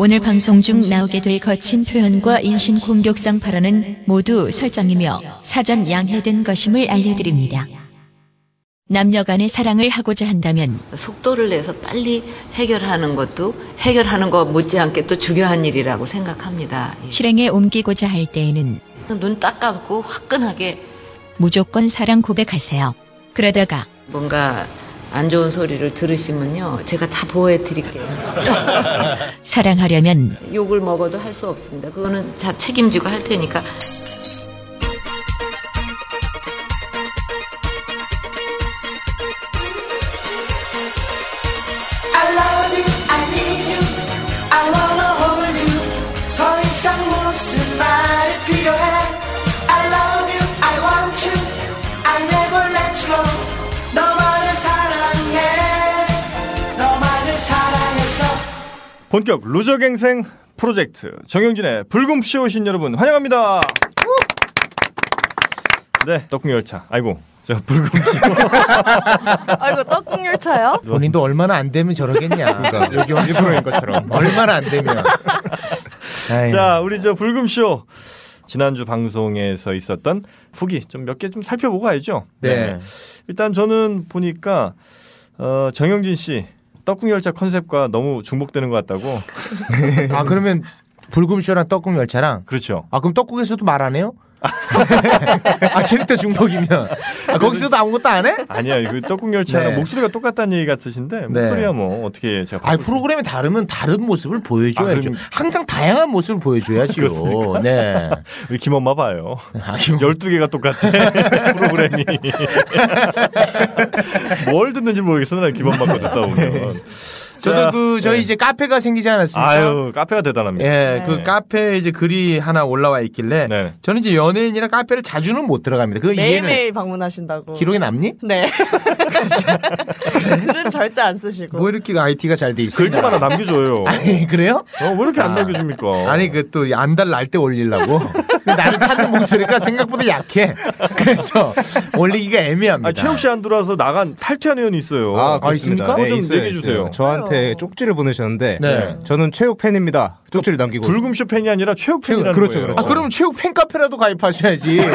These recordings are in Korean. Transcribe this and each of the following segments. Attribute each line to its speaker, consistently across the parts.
Speaker 1: 오늘 방송 중 나오게 될 거친 표현과 인신 공격성 발언은 모두 설정이며 사전 양해된 것임을 알려드립니다. 남녀 간의 사랑을 하고자 한다면
Speaker 2: 속도를 내서 빨리 해결하는 것도 해결하는 것 못지않게 또 중요한 일이라고 생각합니다. 예.
Speaker 1: 실행에 옮기고자 할 때에는
Speaker 2: 눈 딱 감고 화끈하게
Speaker 1: 무조건 사랑 고백하세요. 그러다가
Speaker 2: 뭔가 안 좋은 소리를 들으시면요. 제가 다 보호해 드릴게요.
Speaker 1: 사랑하려면
Speaker 2: 욕을 먹어도 할 수 없습니다. 그거는 자 책임지고 할 테니까.
Speaker 3: I love you, I need you, I wanna hold you. 더 이상 무슨 말이 필요해? I love you, I want you, I never let you go. 너만을 사랑해, 너만을 사랑했어.
Speaker 4: 본격 루저갱생 프로젝트 정영진의 불금쇼 오신 여러분 환영합니다. 네, 떡국 열차. 아이고, 제가 불금쇼.
Speaker 5: 아이고 떡국열차요?
Speaker 6: 본인도 얼마나 안 되면 저러겠냐.
Speaker 4: 그러니까
Speaker 6: 여기 와서
Speaker 4: 일부러인 것처럼.
Speaker 6: 얼마나 안 되면. 아이,
Speaker 4: 자, 우리 저 불금쇼 지난주 방송에서 있었던 후기 좀 몇 개 좀 살펴보고 가야죠.
Speaker 6: 네.
Speaker 4: 일단 저는 보니까 어, 정영진 씨 떡국 열차 컨셉과 너무 중복되는 것 같다고. 네.
Speaker 6: 아 그러면 불금쇼랑 떡국 열차랑
Speaker 4: 그렇죠.
Speaker 6: 아 그럼 떡국에서도 말 안 해요? 아 캐릭터 중복이면 아, 거기서도 아무것도 안 해?
Speaker 4: 아니야, 그 떡국 열차랑
Speaker 6: 네.
Speaker 4: 목소리가 똑같다는 얘기 같으신데 목소리야 뭐 어떻게 제가
Speaker 6: 아
Speaker 4: 바꿀 수
Speaker 6: 프로그램이 다르면 다른 모습을
Speaker 4: 아,
Speaker 6: 보여줘야죠.
Speaker 4: 그럼-
Speaker 6: 항상 다양한 모습을 보여줘야죠.
Speaker 4: 그렇습니까?
Speaker 6: 네.
Speaker 4: 우리 김엄마 봐요.
Speaker 6: 아, 이거-
Speaker 4: 12개가 똑같아. 프로그램이. 뭘 듣는지 모르겠어. 난 기본 받고 듣다 보면. 자,
Speaker 6: 저도 그 저희
Speaker 4: 예.
Speaker 6: 이제 카페가 생기지 않았습니까?
Speaker 4: 아유, 카페가 대단합니다.
Speaker 6: 예,
Speaker 4: 네.
Speaker 6: 그 카페에 이제 글이 하나 올라와 있길래
Speaker 4: 네.
Speaker 6: 저는 이제 연예인이랑 카페를 자주는 못 들어갑니다. 그 이해는
Speaker 5: 매일매일 방문하신다고.
Speaker 6: 기록에 남니?
Speaker 4: 그
Speaker 5: 네. 글은 절대 안 쓰시고.
Speaker 6: 뭐 이렇게 IT가 잘 돼 있어요.
Speaker 4: 글 좀 하나 남겨줘요.
Speaker 6: 아니 그래요?
Speaker 4: 어, 왜 이렇게 안
Speaker 6: 아.
Speaker 4: 남겨줍니까?
Speaker 6: 아니 그 또 안달 날 때 올리려고. 근데 나를 찾는 목소리가 생각보다 약해. 그래서 올리기가 애매합니다.
Speaker 4: 아, 최욱 씨 안 들어와서 나간 탈퇴한 의원이 있어요.
Speaker 7: 아,
Speaker 6: 아, 있습니까?
Speaker 7: 그렇습니까?
Speaker 4: 그거 좀 얘기해주세요.
Speaker 7: 저한테
Speaker 4: 어.
Speaker 5: 그래요.
Speaker 7: 쪽지를 보내셨는데
Speaker 6: 네.
Speaker 7: 저는 최욱 팬입니다. 쪽지를 남기고
Speaker 4: 불금쇼 팬이 아니라 최욱 팬이라는
Speaker 7: 그렇죠,
Speaker 4: 거예요.
Speaker 7: 그렇죠.
Speaker 6: 아, 그럼 최욱 팬카페라도 가입하셔야지. 지금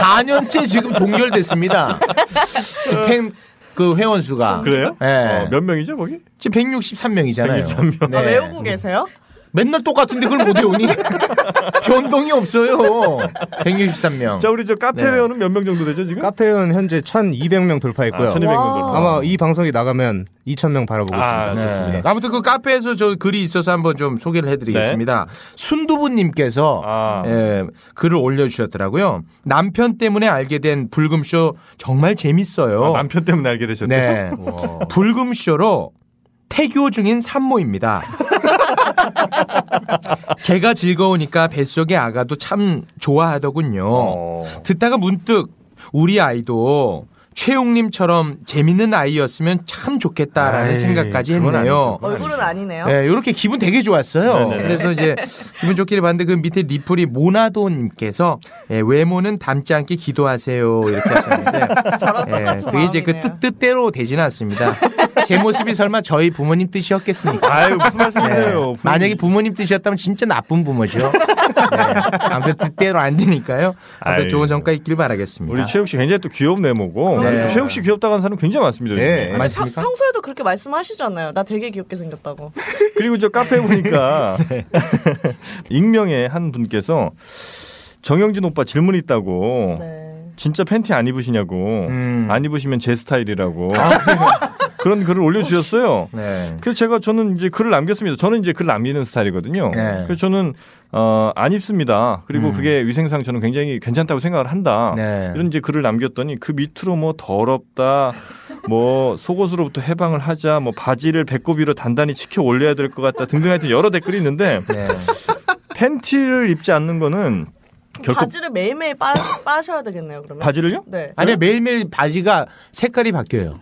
Speaker 6: 4년째 지금 동결됐습니다. 지금 팬, 그 회원수가.
Speaker 4: 그래요?
Speaker 6: 예.
Speaker 4: 어, 몇 명이죠, 거기?
Speaker 6: 지금 163명이잖아요. 네.
Speaker 4: 163 명.
Speaker 5: 아, 외우고 계세요?
Speaker 6: 맨날 똑같은데 그걸 못 외우니? 변동이 없어요. 163명.
Speaker 4: 자, 우리 저 카페
Speaker 6: 네.
Speaker 4: 회원은 몇 명 정도 되죠, 지금?
Speaker 7: 카페는 현재 1,200명 돌파했고요.
Speaker 4: 아, 1200명 정도.
Speaker 5: 와.
Speaker 7: 아마 이 방송이 나가면 2,000명 바라보겠습니다.
Speaker 4: 아,
Speaker 6: 네.
Speaker 4: 좋습니다.
Speaker 6: 아무튼 그 카페에서 저 글이 있어서 한번 좀 소개를 해드리겠습니다. 순두부님께서
Speaker 4: 네. 아.
Speaker 6: 예, 글을 올려주셨더라고요. 남편 때문에 알게 된 불금쇼 정말 재밌어요.
Speaker 4: 아, 남편 때문에 알게 되셨대요.
Speaker 6: 네. 불금쇼로 태교 중인 산모입니다. 제가 즐거우니까 뱃속의 아가도 참 좋아하더군요.
Speaker 4: 어.
Speaker 6: 듣다가 문득 우리 아이도 최용님처럼 재밌는 아이였으면 참 좋겠다라는
Speaker 4: 아이,
Speaker 6: 생각까지
Speaker 4: 그건 아니죠.
Speaker 6: 했네요.
Speaker 5: 얼굴은 아니네요.
Speaker 6: 예, 이렇게 기분 되게 좋았어요.
Speaker 4: 네네네.
Speaker 6: 그래서 이제 기분 좋기를 봤는데 그 밑에 리플이 모나도님께서 예, 외모는 닮지 않게 기도하세요 이렇게 하셨는데
Speaker 5: 저랑
Speaker 6: 예,
Speaker 5: 똑같은
Speaker 6: 그게 이제 그
Speaker 5: 마음이네요.
Speaker 6: 뜻, 뜻대로 되지는 않습니다. 제 모습이 설마 저희 부모님 뜻이었겠습니까?
Speaker 4: 아유, 무슨
Speaker 6: 예,
Speaker 4: 말씀이세요.
Speaker 6: 만약에 부모님 뜻이었다면 진짜 나쁜 부모죠. 네, 아무튼 뜻대로 안 되니까요. 아무튼
Speaker 4: 아유.
Speaker 6: 좋은 성과 있길 바라겠습니다.
Speaker 4: 우리 최욱 씨 굉장히 또 귀여운 외모고
Speaker 6: 네.
Speaker 4: 최욱 씨 귀엽다고 하는 사람 굉장히 많습니다.
Speaker 7: 네.
Speaker 4: 요즘에.
Speaker 6: 맞습니까
Speaker 5: 평소에도 그렇게 말씀하시잖아요. 나 되게 귀엽게 생겼다고.
Speaker 4: 그리고 저 카페 에 보니까 익명의 한 분께서 정영진 오빠 질문 있다고
Speaker 5: 네.
Speaker 4: 진짜 팬티 안 입으시냐고
Speaker 6: 음. 아,
Speaker 4: 안 입으시면 제 스타일이라고 그런 글을 올려주셨어요.
Speaker 6: 네.
Speaker 4: 그래서 제가 저는 이제 글을 남겼습니다. 저는 이제 글 남기는 스타일이거든요.
Speaker 6: 네.
Speaker 4: 그래서 저는 어, 안 입습니다. 그리고
Speaker 6: 음.
Speaker 4: 그게 위생상 저는 굉장히 괜찮다고 생각을 한다.
Speaker 6: 네.
Speaker 4: 아, 이런 이제 글을 남겼더니 그 밑으로 뭐 더럽다, 뭐 속옷으로부터 해방을 하자, 뭐 바지를 배꼽 위로 단단히 치켜 올려야 될 것 같다 등등 하여튼 여러 댓글이 있는데
Speaker 6: 네.
Speaker 4: 팬티를 입지 않는 거는 결코
Speaker 5: 바지를 매일매일 빠, 빠셔야 되겠네요, 그러면.
Speaker 4: 바지를요?
Speaker 5: 네.
Speaker 6: 아니 매일매일 바지가 색깔이 바뀌어요.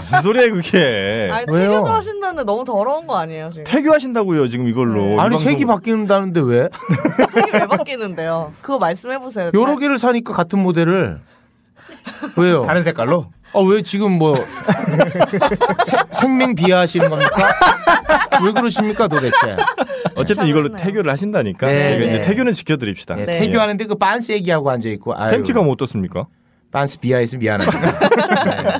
Speaker 4: 무슨 소리야 그게?
Speaker 5: 아니,
Speaker 6: 왜요?
Speaker 5: 태교도 하신다는데 너무 더러운 거 아니에요, 지금?
Speaker 4: 태교하신다고요 지금
Speaker 5: 네.
Speaker 4: 이걸로?
Speaker 6: 아니
Speaker 4: 이
Speaker 6: 색이
Speaker 4: 방송-
Speaker 6: 바뀌는다는데 왜?
Speaker 5: 색이 왜 바뀌는데요? 그거 말씀해보세요.
Speaker 6: 여러 개를 사니까 같은 모델을 왜요?
Speaker 7: 다른 색깔로?
Speaker 6: 아, 왜 지금 뭐 생- 생명 비하하시는 겁니까? 왜 그러십니까 도대체?
Speaker 4: 어쨌든 이걸로
Speaker 5: 잘하셨네요.
Speaker 4: 태교를 하신다니까.
Speaker 6: 네,
Speaker 4: 그러니까
Speaker 6: 네.
Speaker 4: 이제 태교는 지켜드립시다.
Speaker 6: 네,
Speaker 5: 네.
Speaker 6: 태교하는데 그 빤스 얘기하고 앉아 있고. 아유.
Speaker 4: 햄치가 뭐 어떻습니까?
Speaker 6: 반스 비하해서 미안합니다. 네.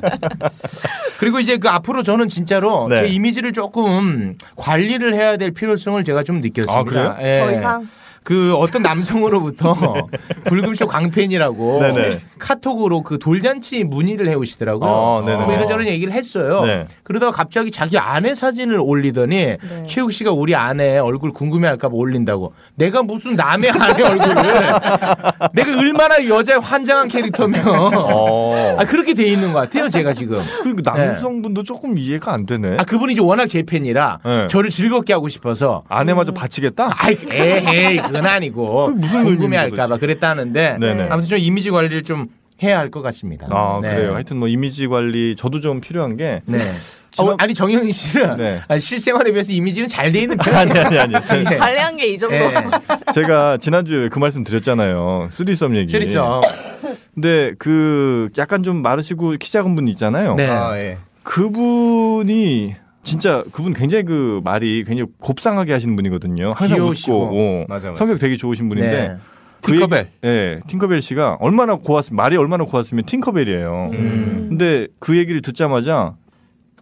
Speaker 6: 그리고 이제 그 앞으로 저는 진짜로
Speaker 4: 네.
Speaker 6: 제 이미지를 조금 관리를 해야 될 필요성을 제가 좀 느꼈습니다.
Speaker 4: 아, 그래요?
Speaker 6: 예.
Speaker 5: 더 이상?
Speaker 6: 그 어떤 남성으로부터 불금쇼 광팬이라고
Speaker 4: 네네.
Speaker 6: 카톡으로 그 돌잔치 문의를 해오시더라고요.
Speaker 4: 아, 네네.
Speaker 6: 뭐 이런저런 얘기를 했어요.
Speaker 4: 네.
Speaker 6: 그러다가 갑자기 자기 아내 사진을 올리더니 최욱 씨가 우리 아내 얼굴 궁금해할까봐 올린다고. 내가 무슨 남의 아내 얼굴을 내가 얼마나 여자의 환장한 캐릭터면
Speaker 4: 어. 네.
Speaker 6: 아 그렇게 돼 있는 것 같아요 제가 지금.
Speaker 4: 그리고 남성분도 조금 이해가 안 되네.
Speaker 6: 아 그분이 이제 워낙 제 팬이라
Speaker 4: 네.
Speaker 6: 저를 즐겁게 하고 싶어서.
Speaker 4: 아내마저 바치겠다?
Speaker 6: 아이 에이 그건 아니고
Speaker 4: 그게 무슨
Speaker 6: 궁금해할까봐 그랬다는데
Speaker 4: 네네.
Speaker 6: 아무튼 좀 이미지 관리를 좀 해야 할 것 같습니다.
Speaker 4: 아,
Speaker 6: 네.
Speaker 4: 그래요. 하여튼 뭐 이미지 관리 저도 좀 필요한 게
Speaker 6: 네.
Speaker 4: 지난-
Speaker 6: 어, 아니 정영희 씨는
Speaker 4: 네.
Speaker 6: 아니, 실생활에 비해서 이미지는 잘 돼 있는 편.
Speaker 4: 아니 아니 아니. 제,
Speaker 6: 예.
Speaker 5: 관리한 게 이 정도.
Speaker 6: 예.
Speaker 4: 제가 지난주에 그 말씀 드렸잖아요. 쓰리썸 얘기.
Speaker 6: 실리썸.
Speaker 4: 근데 그 약간 좀 마르시고 키 작은 분 있잖아요.
Speaker 6: 네.
Speaker 7: 아, 예.
Speaker 4: 그분이 진짜 그분 굉장히 그 말이 굉장히 곱상하게 하시는 분이거든요. 항상
Speaker 6: 귀여우시고.
Speaker 4: 웃고 어,
Speaker 7: 맞아, 맞아.
Speaker 4: 성격 되게 좋으신 분인데
Speaker 6: 네.
Speaker 4: 그 얘기-
Speaker 6: 팅커벨.
Speaker 4: 예, 팅커벨 씨가 얼마나 고왔으면 말이 얼마나 고왔으면 팅커벨이에요.
Speaker 6: 음.
Speaker 4: 근데 그 얘기를 듣자마자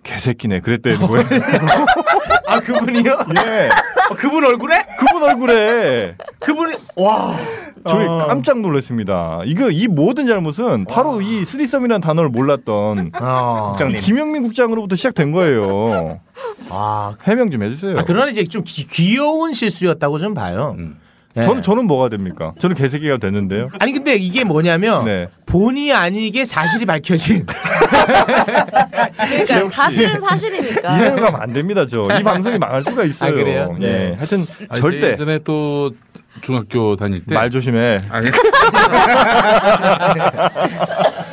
Speaker 4: 개새끼네 그랬다는 거예요.
Speaker 6: 아 그분이요?
Speaker 4: 예,
Speaker 6: 어, 그분 얼굴에?
Speaker 4: 그분 얼굴에
Speaker 6: 그분이 와.
Speaker 4: 저희
Speaker 6: 아.
Speaker 4: 깜짝 놀랐습니다. 이거 이 모든 잘못은 바로 이 쓰리썸이라는 단어를 몰랐던
Speaker 6: 어.
Speaker 7: 국장님.
Speaker 4: 김영민 국장으로부터 시작된 거예요.
Speaker 6: 아,
Speaker 4: 해명 좀 해주세요.
Speaker 6: 아 그러나 이제 좀 귀, 귀여운 실수였다고 좀 봐요.
Speaker 4: 음.
Speaker 6: 네.
Speaker 4: 저는 저는 뭐가 됩니까? 저는 개새끼가 됐는데요.
Speaker 6: 아니 근데 이게 뭐냐면
Speaker 4: 네.
Speaker 6: 본의 아니게 사실이 밝혀진
Speaker 5: 그러니까 사실은 사실이니까.
Speaker 4: 이대로 가면 안 됩니다, 저. 이 방송이 망할 수가 있어요.
Speaker 6: 아, 그래요?
Speaker 4: 예.
Speaker 6: 네.
Speaker 4: 하여튼
Speaker 8: 아니,
Speaker 4: 절대
Speaker 8: 예전에 또 중학교 다닐 때
Speaker 4: 말 조심해.
Speaker 8: 아니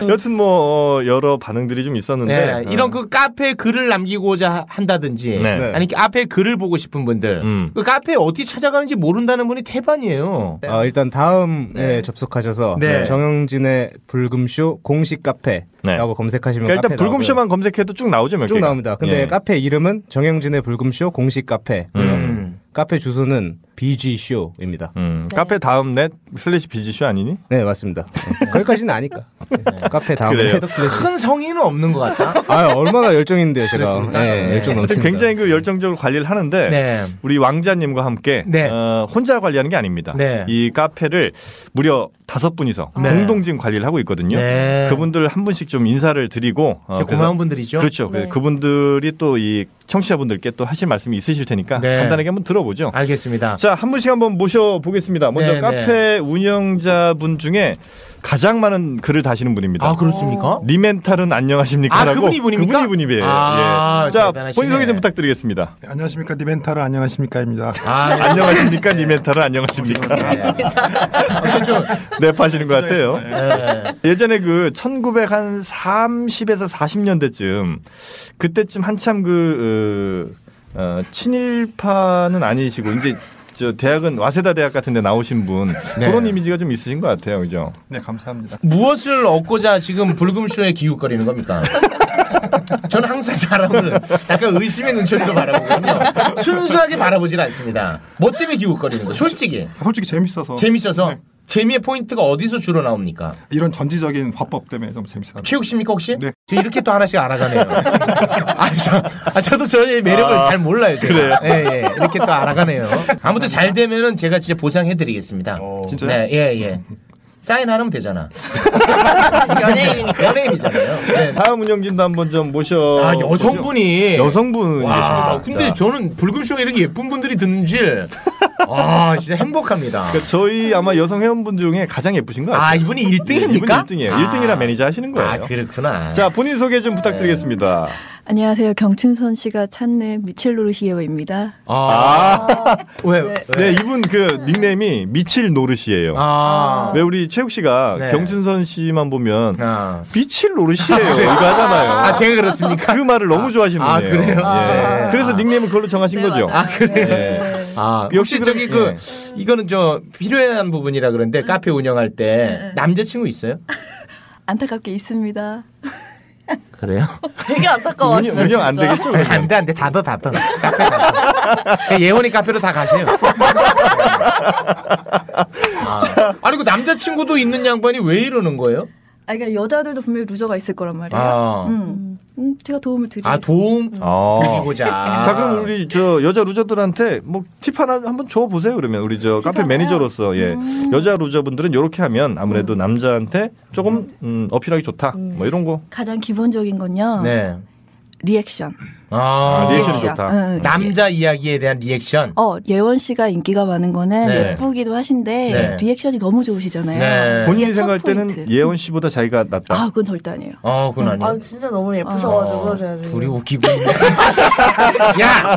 Speaker 4: 여튼 뭐 어, 여러 반응들이 좀 있었는데
Speaker 6: 그
Speaker 4: 음.
Speaker 6: 네, 이런 그 카페에 글을 남기고자 한다든지
Speaker 4: 네.
Speaker 7: 네.
Speaker 6: 아니 카페에 글을 보고 싶은 분들
Speaker 4: 음.
Speaker 6: 그 카페에 어떻게 찾아가는지 모른다는 분이 태반이에요.
Speaker 4: 네.
Speaker 7: 아, 일단 다음에 접속하셔서
Speaker 6: 네.
Speaker 7: 정영진의 불금쇼 공식 카페라고
Speaker 4: 네.
Speaker 7: 검색하시면
Speaker 4: 그러니까 일단
Speaker 7: 카페 나오고요.
Speaker 4: 불금쇼만 검색해도 쭉 나오죠, 몇
Speaker 7: 쭉
Speaker 4: 개가?
Speaker 7: 나옵니다. 근데
Speaker 4: 예.
Speaker 7: 카페 이름은 정영진의 불금쇼 공식 카페.
Speaker 6: 음.
Speaker 7: 카페 주소는 BG쇼입니다.
Speaker 4: 음, 카페 다음 넷 슬래시 비지쇼 아니니?
Speaker 7: 네, 맞습니다. 네. 거기까지는 아니까. 네. 카페 다음에
Speaker 4: 그래요.
Speaker 7: 헤드 슬래시.
Speaker 6: 큰 성의는 없는 것 같다.
Speaker 7: 아, 얼마나 열정인데요, 제가.
Speaker 6: 그렇습니까?
Speaker 7: 네,
Speaker 6: 네.
Speaker 7: 열정 넘칩니다.
Speaker 4: 굉장히 그 열정적으로 관리를 하는데
Speaker 6: 네.
Speaker 4: 우리 왕자님과 함께
Speaker 6: 네.
Speaker 4: 어, 혼자 관리하는 게 아닙니다.
Speaker 6: 네.
Speaker 4: 이 카페를 무려 다섯 분이서
Speaker 6: 네.
Speaker 4: 공동 지금 관리를 하고 있거든요.
Speaker 6: 네.
Speaker 4: 그분들 한 분씩 좀 인사를 드리고 어,
Speaker 6: 진짜
Speaker 4: 그래서-
Speaker 6: 고마운 분들이죠.
Speaker 4: 그렇죠.
Speaker 5: 네.
Speaker 4: 그분들이 또 이 청취자분들께 또 하실 말씀이 있으실 테니까
Speaker 6: 네.
Speaker 4: 간단하게 한번 들어보죠.
Speaker 6: 알겠습니다.
Speaker 4: 자, 한 분씩 한번 모셔보겠습니다. 먼저
Speaker 6: 네,
Speaker 4: 카페 운영자분 중에 가장 많은 글을 다시는 분입니다.
Speaker 6: 아 그렇습니까?
Speaker 4: 어. 리멘탈은 안녕하십니까?
Speaker 6: 아,
Speaker 4: 라고
Speaker 6: 그분이 이분입니까?
Speaker 4: 그분이 이분이에요.
Speaker 6: 아,
Speaker 4: 예. 자,
Speaker 6: 대단하시네.
Speaker 4: 본인 소개 좀 부탁드리겠습니다.
Speaker 9: 안녕하십니까 니멘타로 안녕하십니까입니다.
Speaker 6: 아,
Speaker 4: 안녕하십니까? 리멘탈은 안녕하십니까?
Speaker 6: 예.
Speaker 4: 네, 파시는 것 같아요.
Speaker 6: 네.
Speaker 4: 예전에 그 1930에서 40년대쯤 그때쯤 한참 그 어, 어, 친일파는 아니시고 이제 저 대학은 와세다 대학 같은데 나오신 분
Speaker 6: 네.
Speaker 4: 그런 이미지가 좀 있으신 것 같아요, 그죠?
Speaker 9: 네 감사합니다.
Speaker 6: 무엇을 얻고자 지금 불금쇼에 기웃거리는 겁니까? 저는 항상 사람을 약간 의심의 눈초리로 바라보거든요. 순수하게 바라보질 않습니다. 뭐 때문에 기웃거리는 거? 솔직히
Speaker 9: 솔직히 재밌어서
Speaker 6: 재밌어서
Speaker 9: 네.
Speaker 6: 재미의 포인트가 어디서 주로 나옵니까?
Speaker 9: 이런 전지적인 화법 때문에 너무 재밌어요.
Speaker 6: 최욱 씨입니까 혹시?
Speaker 9: 네.
Speaker 6: 저 이렇게 또 하나씩 알아가네요. 아, 저, 아, 저도 저의 매력을 잘 몰라요. 제가.
Speaker 4: 그래요?
Speaker 6: 예, 예. 이렇게 또 알아가네요. 아무튼 잘 되면은 제가 진짜 보상해드리겠습니다.
Speaker 4: 어,
Speaker 9: 진짜요?
Speaker 6: 네, 예, 예. 사인하면 되잖아.
Speaker 5: 연예인이니까.
Speaker 6: 연예인이잖아요. 네.
Speaker 4: 다음 운영진도 한번 좀 모셔.
Speaker 6: 아 여성분이
Speaker 4: 어, 여성분이
Speaker 6: 와
Speaker 4: 계십니다.
Speaker 6: 근데
Speaker 4: 자,
Speaker 6: 저는 불금쇼에 이렇게 예쁜 분들이 듣는 줄아 진짜 행복합니다.
Speaker 4: 그러니까 저희 아마 여성 회원분 중에 가장 예쁘신 것 같아요.
Speaker 6: 아 이분이 1등입니까?
Speaker 4: 이분이 1등이에요. 1등이라 매니저 하시는 거예요.
Speaker 6: 아 그렇구나.
Speaker 4: 자, 본인 소개 좀 부탁드리겠습니다.
Speaker 10: 안녕하세요. 경춘선 씨가 찾는 미첼로르 시에어입니다.
Speaker 6: 아, 왜? 왜?
Speaker 4: 네, 이분 그 닉네임이 미칠 노릇이에요.
Speaker 6: 아,
Speaker 4: 왜 우리 최욱 씨가
Speaker 6: 네.
Speaker 4: 경춘선 씨만 보면
Speaker 6: 아.
Speaker 4: 미칠 노릇이에요 이거 하잖아요.
Speaker 6: 아 제가 그렇습니까?
Speaker 4: 그 말을 너무 좋아하시는
Speaker 6: 아,
Speaker 4: 분이에요.
Speaker 6: 그래요?
Speaker 4: 예.
Speaker 6: 아.
Speaker 4: 그래서 닉네임을 그걸로 정하신 거죠.
Speaker 6: 아 그래요.
Speaker 4: 예.
Speaker 6: 아
Speaker 4: 역시
Speaker 6: 역시 저기 그
Speaker 4: 그런-
Speaker 6: 이거는 저 필요한 부분이라 그런데 네. 카페 운영할 때 남자친구 있어요?
Speaker 10: 아, 안타깝게 있습니다.
Speaker 6: 그래요?
Speaker 5: 되게 안타까워.
Speaker 4: 운영, 운영 안 되겠죠? 그러면?
Speaker 6: 안돼 안돼 닫아 닫아 카페 닫아 예원이 카페로 다 가세요 아. 니 그 남자친구도 있는 양반이 왜 이러는 거예요?
Speaker 10: 아, 그러니까 여자들도 분명히 루저가 있을 거란 말이에요.
Speaker 6: 아.
Speaker 10: 음. 음, 제가 도움을 드려요.
Speaker 6: 아 도움
Speaker 4: 어.
Speaker 6: 드리고자
Speaker 4: 자 그럼 우리 저 여자 루저들한테 뭐 팁 하나 한번 줘 보세요 그러면 우리 저 카페
Speaker 10: 하나요?
Speaker 4: 매니저로서 예 여자 루저분들은 요렇게 하면 아무래도 남자한테 조금 음, 어필하기 좋다 뭐 이런 거
Speaker 10: 가장 기본적인
Speaker 5: 어.
Speaker 10: 건요.
Speaker 6: 네.
Speaker 10: 리액션.
Speaker 4: 아,
Speaker 6: 아,
Speaker 4: 리액션이
Speaker 10: 리액션.
Speaker 4: 좋다
Speaker 10: 응, 응.
Speaker 6: 남자 이야기에 대한 리액션
Speaker 10: 어, 예원 씨가 인기가 많은 거는
Speaker 6: 네.
Speaker 10: 예쁘기도 하신데
Speaker 6: 네.
Speaker 10: 리액션이 너무 좋으시잖아요.
Speaker 6: 네.
Speaker 4: 본인이
Speaker 10: 첫
Speaker 4: 생각할 때는
Speaker 10: 포인트.
Speaker 4: 예원 씨보다 자기가 낫다
Speaker 10: 아, 그건 절대 아니에요.
Speaker 6: 어 그건 아니에요
Speaker 5: 아 진짜 너무 예쁘셔가지고
Speaker 6: 아.
Speaker 5: 제가 지금
Speaker 6: 둘이 웃기고 있네. 야!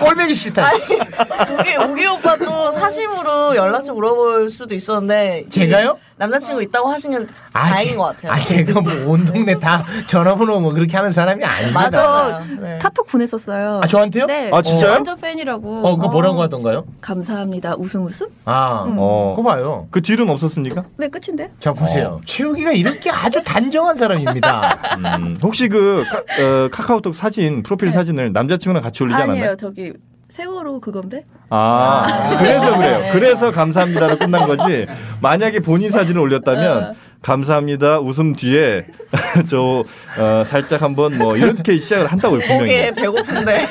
Speaker 6: 꼴보기 싫다.
Speaker 5: 우기, 우기 오빠 도 사심으로 연락처 물어볼 수도 있었는데
Speaker 6: 제가요?
Speaker 5: 남자친구 있다고 하신 게
Speaker 6: 아,
Speaker 5: 다행인
Speaker 6: 제-
Speaker 5: 것 같아요.
Speaker 6: 아, 제가 뭐 온 동네 다 전화번호 뭐 그렇게 하는 사람이 아닙니다.
Speaker 10: 맞아.
Speaker 5: 네.
Speaker 10: 어, 카톡 보냈었어요.
Speaker 6: 아, 저한테요?
Speaker 10: 네.
Speaker 4: 아, 진짜요?
Speaker 10: 어, 완전 팬이라고.
Speaker 6: 어, 그거 뭐라고 하던가요?
Speaker 10: 감사합니다. 웃음 웃음?
Speaker 6: 아,
Speaker 4: 어.
Speaker 6: 그거 봐요.
Speaker 4: 그 뒤는 없었습니까?
Speaker 10: 네, 끝인데?
Speaker 6: 자,
Speaker 4: 어.
Speaker 6: 보세요. 최욱이가 이렇게 아주 단정한 사람입니다.
Speaker 4: 음, 혹시 그 카, 카카오톡 사진 프로필 사진을 남자친구랑 같이 올리지 않았나요?
Speaker 10: 아니에요. 저기 세월호 그건데?
Speaker 4: 아, 그래서 그래요. 그래서 감사합니다로 끝난 거지. 만약에 본인 사진을 올렸다면 감사합니다 웃음 뒤에 저 어, 살짝 한번 뭐 이렇게 시작을 한다고요 분명히.
Speaker 5: 보기에 네. 배고픈데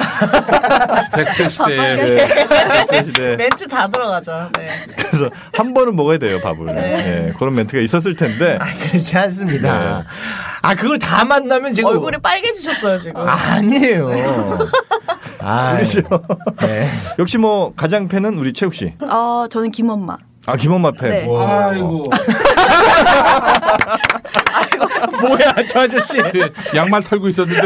Speaker 8: 백세
Speaker 10: 아,
Speaker 8: 시대에
Speaker 4: 네. 네.
Speaker 5: 멘트 다 들어가죠. 네.
Speaker 4: 그래서 한 번은 먹어야 돼요 밥을. 네, 그런 멘트가 있었을 텐데.
Speaker 6: 그렇지 않습니다.
Speaker 4: 네.
Speaker 6: 아, 그걸 다 만나면 제가.
Speaker 5: 얼굴이 네. 빨개지셨어요 지금.
Speaker 6: 아니에요. 아,
Speaker 4: 우리 저-
Speaker 6: 네.
Speaker 4: 역시 뭐 가장 팬은 우리 최욱 씨.
Speaker 10: 어, 저는 김엄마.
Speaker 4: 아 김엄마 팬.
Speaker 10: 네.
Speaker 4: 와.
Speaker 6: 뭐야, 저 아저씨.
Speaker 7: 네.
Speaker 8: 뒤에 네. 양말 털고 있었는데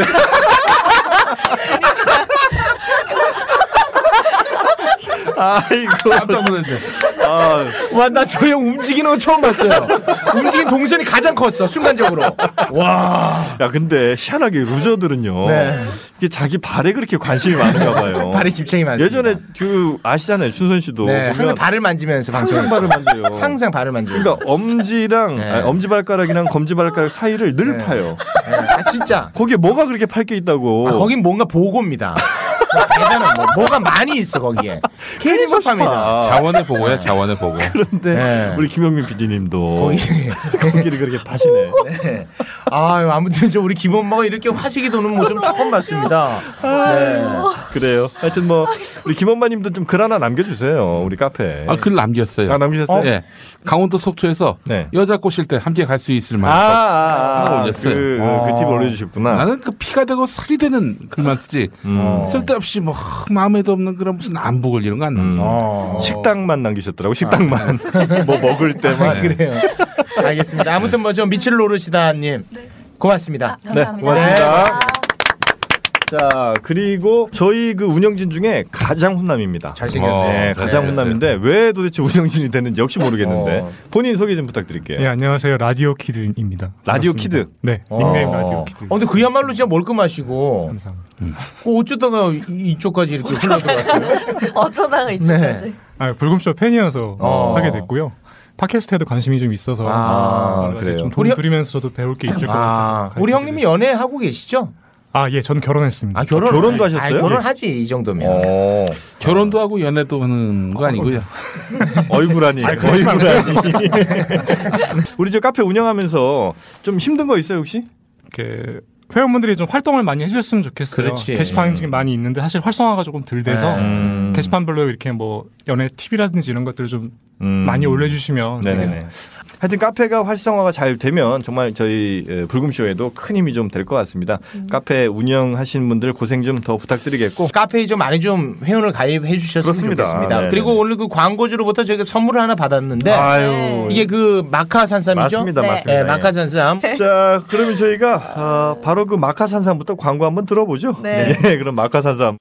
Speaker 4: 아이고.
Speaker 8: 깜짝 놀랐네.
Speaker 4: 아,
Speaker 6: 와, 나 저 형 움직이는 거 처음 봤어요. 움직인 동선이 가장 컸어, 순간적으로. 와.
Speaker 4: 야 근데 희한하게 루저들은요.
Speaker 6: 네.
Speaker 4: 이게 자기 발에 그렇게 관심이 많은가 봐요.
Speaker 6: 발에 집착이 많습니다.
Speaker 4: 예전에 그 아시잖아요 순선 씨도
Speaker 6: 네, 항상
Speaker 4: 보면
Speaker 6: 발을 만지면서 방송을
Speaker 4: 항상 발을 만져요.
Speaker 6: 항상 발을 만져요.
Speaker 4: 그러니까 엄지랑
Speaker 6: 네.
Speaker 4: 아니, 엄지 발가락이랑 검지 발가락 사이를 늘
Speaker 6: 네.
Speaker 4: 파요.
Speaker 6: 네, 아, 진짜.
Speaker 4: 거기에 뭐가 그렇게 팔 게 있다고.
Speaker 6: 아, 거긴 뭔가 보고입니다. 대단한 뭐, 뭐가 많이 있어 거기에. 계속
Speaker 4: 아.
Speaker 6: 팝니다.
Speaker 8: 자원의 보고야 자원의 보고.
Speaker 4: 그런데
Speaker 6: 네.
Speaker 4: 우리 김영민 PD님도
Speaker 6: 거기.
Speaker 4: 거기를 그렇게 파시네.
Speaker 6: 네. 아유, 아무튼 저 우리 김엄마가 이렇게 화색이 도는 모습 처음 봤습니다. 네.
Speaker 4: 그래요. 하여튼 뭐 우리 김엄마님도 좀 글 하나 남겨주세요. 우리 카페.
Speaker 8: 아, 글 남겼어요.
Speaker 4: 아, 남기셨어요?
Speaker 8: 어? 예. 강원도 속초에서
Speaker 4: 네.
Speaker 8: 여자 꼬실 때 함께 갈 수 있을
Speaker 4: 아,
Speaker 8: 만한. 것.
Speaker 4: 아, 아,
Speaker 8: 하나
Speaker 4: 그,
Speaker 8: 올렸어요.
Speaker 4: 그 팁을 올려주셨구나.
Speaker 8: 나는 그 피가 되고 살이 되는 글만 쓰지.
Speaker 4: 음.
Speaker 8: 쓸데없이 뭐 마음에도 없는 그런 무슨 안부글 이런 거
Speaker 7: 음.
Speaker 8: 안 남겨.
Speaker 6: 어.
Speaker 4: 식당만 남기셨더라고, 식당만.
Speaker 8: 아, 네.
Speaker 4: 뭐 먹을 때만.
Speaker 6: 아, 그래요. 알겠습니다. 아무튼 뭐 저 미칠 노르시다님 고맙습니다.
Speaker 4: 네,
Speaker 10: 감사합니다.
Speaker 4: 고맙습니다. 자, 그리고 저희 그 운영진 중에 가장 혼남입니다.
Speaker 6: 잘생겼네.
Speaker 8: 어,
Speaker 4: 네, 가장
Speaker 8: 잘생겼어요.
Speaker 4: 혼남인데 왜 도대체 운영진이 되는지 역시 모르겠는데
Speaker 6: 어.
Speaker 4: 본인 소개 좀 부탁드릴게요.
Speaker 11: 네, 안녕하세요. 라디오 키드입니다.
Speaker 4: 라디오
Speaker 11: 반갑습니다.
Speaker 4: 키드?
Speaker 11: 네, 닉네임
Speaker 6: 어.
Speaker 11: 라디오 키드.
Speaker 6: 어, 근데 그야말로 진짜 멀끔하시고
Speaker 11: 감사합니다.
Speaker 6: 그 어쩌다가 이- 이쪽까지 이렇게 흘러들어갔어요.
Speaker 5: 어쩌다가 네, 이쪽까지.
Speaker 11: 아, 불금쇼 팬이어서
Speaker 6: 어.
Speaker 11: 하게 됐고요. 팟캐스트에도 관심이 좀 있어서
Speaker 6: 아,
Speaker 11: 여러 가지
Speaker 4: 그래요.
Speaker 11: 좀 도움
Speaker 6: 우리-
Speaker 11: 들으면서 저도 배울 게 있을 것
Speaker 6: 아,
Speaker 11: 같아서.
Speaker 6: 우리 형님이 연애하고 계시죠?
Speaker 11: 아, 예, 저는 결혼했습니다.
Speaker 6: 아, 결혼
Speaker 4: 음, 결혼도 하셨어요?
Speaker 6: 결혼하지 이 정도면.
Speaker 4: 어,
Speaker 8: 결혼도 하고 연애도 하는 거 아니고요.
Speaker 4: 얼굴하니, 얼굴하니. 우리 저 카페 운영하면서 좀 힘든 거 있어요 혹시?
Speaker 11: 이렇게 회원분들이 좀 활동을 많이 해주셨으면 좋겠어요.
Speaker 6: 그렇지. 음, 네.
Speaker 11: 게시판이 지금 많이 있는데 사실 활성화가 조금 덜 돼서
Speaker 4: 음.
Speaker 11: 게시판별로 이렇게 뭐 연애 팁이라든지 이런 것들을 좀
Speaker 4: 음.
Speaker 11: 많이 올려주시면
Speaker 4: 네네네. 하여튼 카페가 활성화가 잘 되면 정말 저희 에, 불금쇼에도 큰 힘이 좀 될 것 같습니다. 카페 운영하시는 분들 고생 좀 더 부탁드리겠고
Speaker 6: 카페에 좀 많이 좀 회원을 가입해 주셨으면
Speaker 4: 그렇습니다.
Speaker 6: 좋겠습니다.
Speaker 4: 네.
Speaker 6: 그리고 오늘 그 광고주로부터 저희가 선물을 하나 받았는데
Speaker 4: 아유
Speaker 6: 이게 그 마카산삼이죠?
Speaker 4: 맞습니다,
Speaker 5: 네.
Speaker 4: 맞습니다.
Speaker 6: 네,
Speaker 4: 예.
Speaker 6: 마카산삼.
Speaker 4: 자, 그러면 저희가 아, 바로 그 마카산삼부터 광고 한번 들어보죠.
Speaker 5: 네.
Speaker 4: 예, 그럼 마카산삼.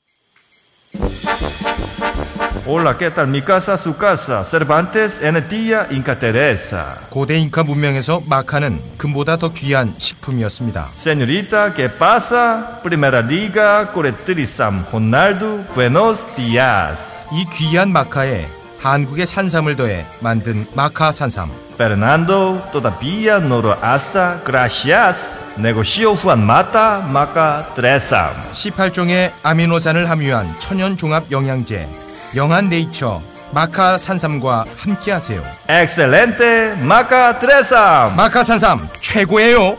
Speaker 4: Hola, ¿qué tal? Mi casa, su casa. Cervantes, en el día, Inca Teresa.
Speaker 12: 고대 잉카 문명에서 마카는 금보다 더 귀한 식품이었습니다.
Speaker 4: Señorita, ¿qué pasa? Primera Liga, Coretrizam, Ronaldo, buenos días.
Speaker 12: 이 귀한 마카에 한국의 산삼을 더해 만든 마카 산삼.
Speaker 4: Fernando, todavía no lo hasta, gracias. Negocio Juan Mata, Maca, Tresam.
Speaker 12: 18종의 아미노산을 함유한 천연 종합 영양제 영한 네이처 마카 산삼과 함께하세요.
Speaker 4: Excelente, Maca, Tresam.
Speaker 12: 마카 산삼 최고예요.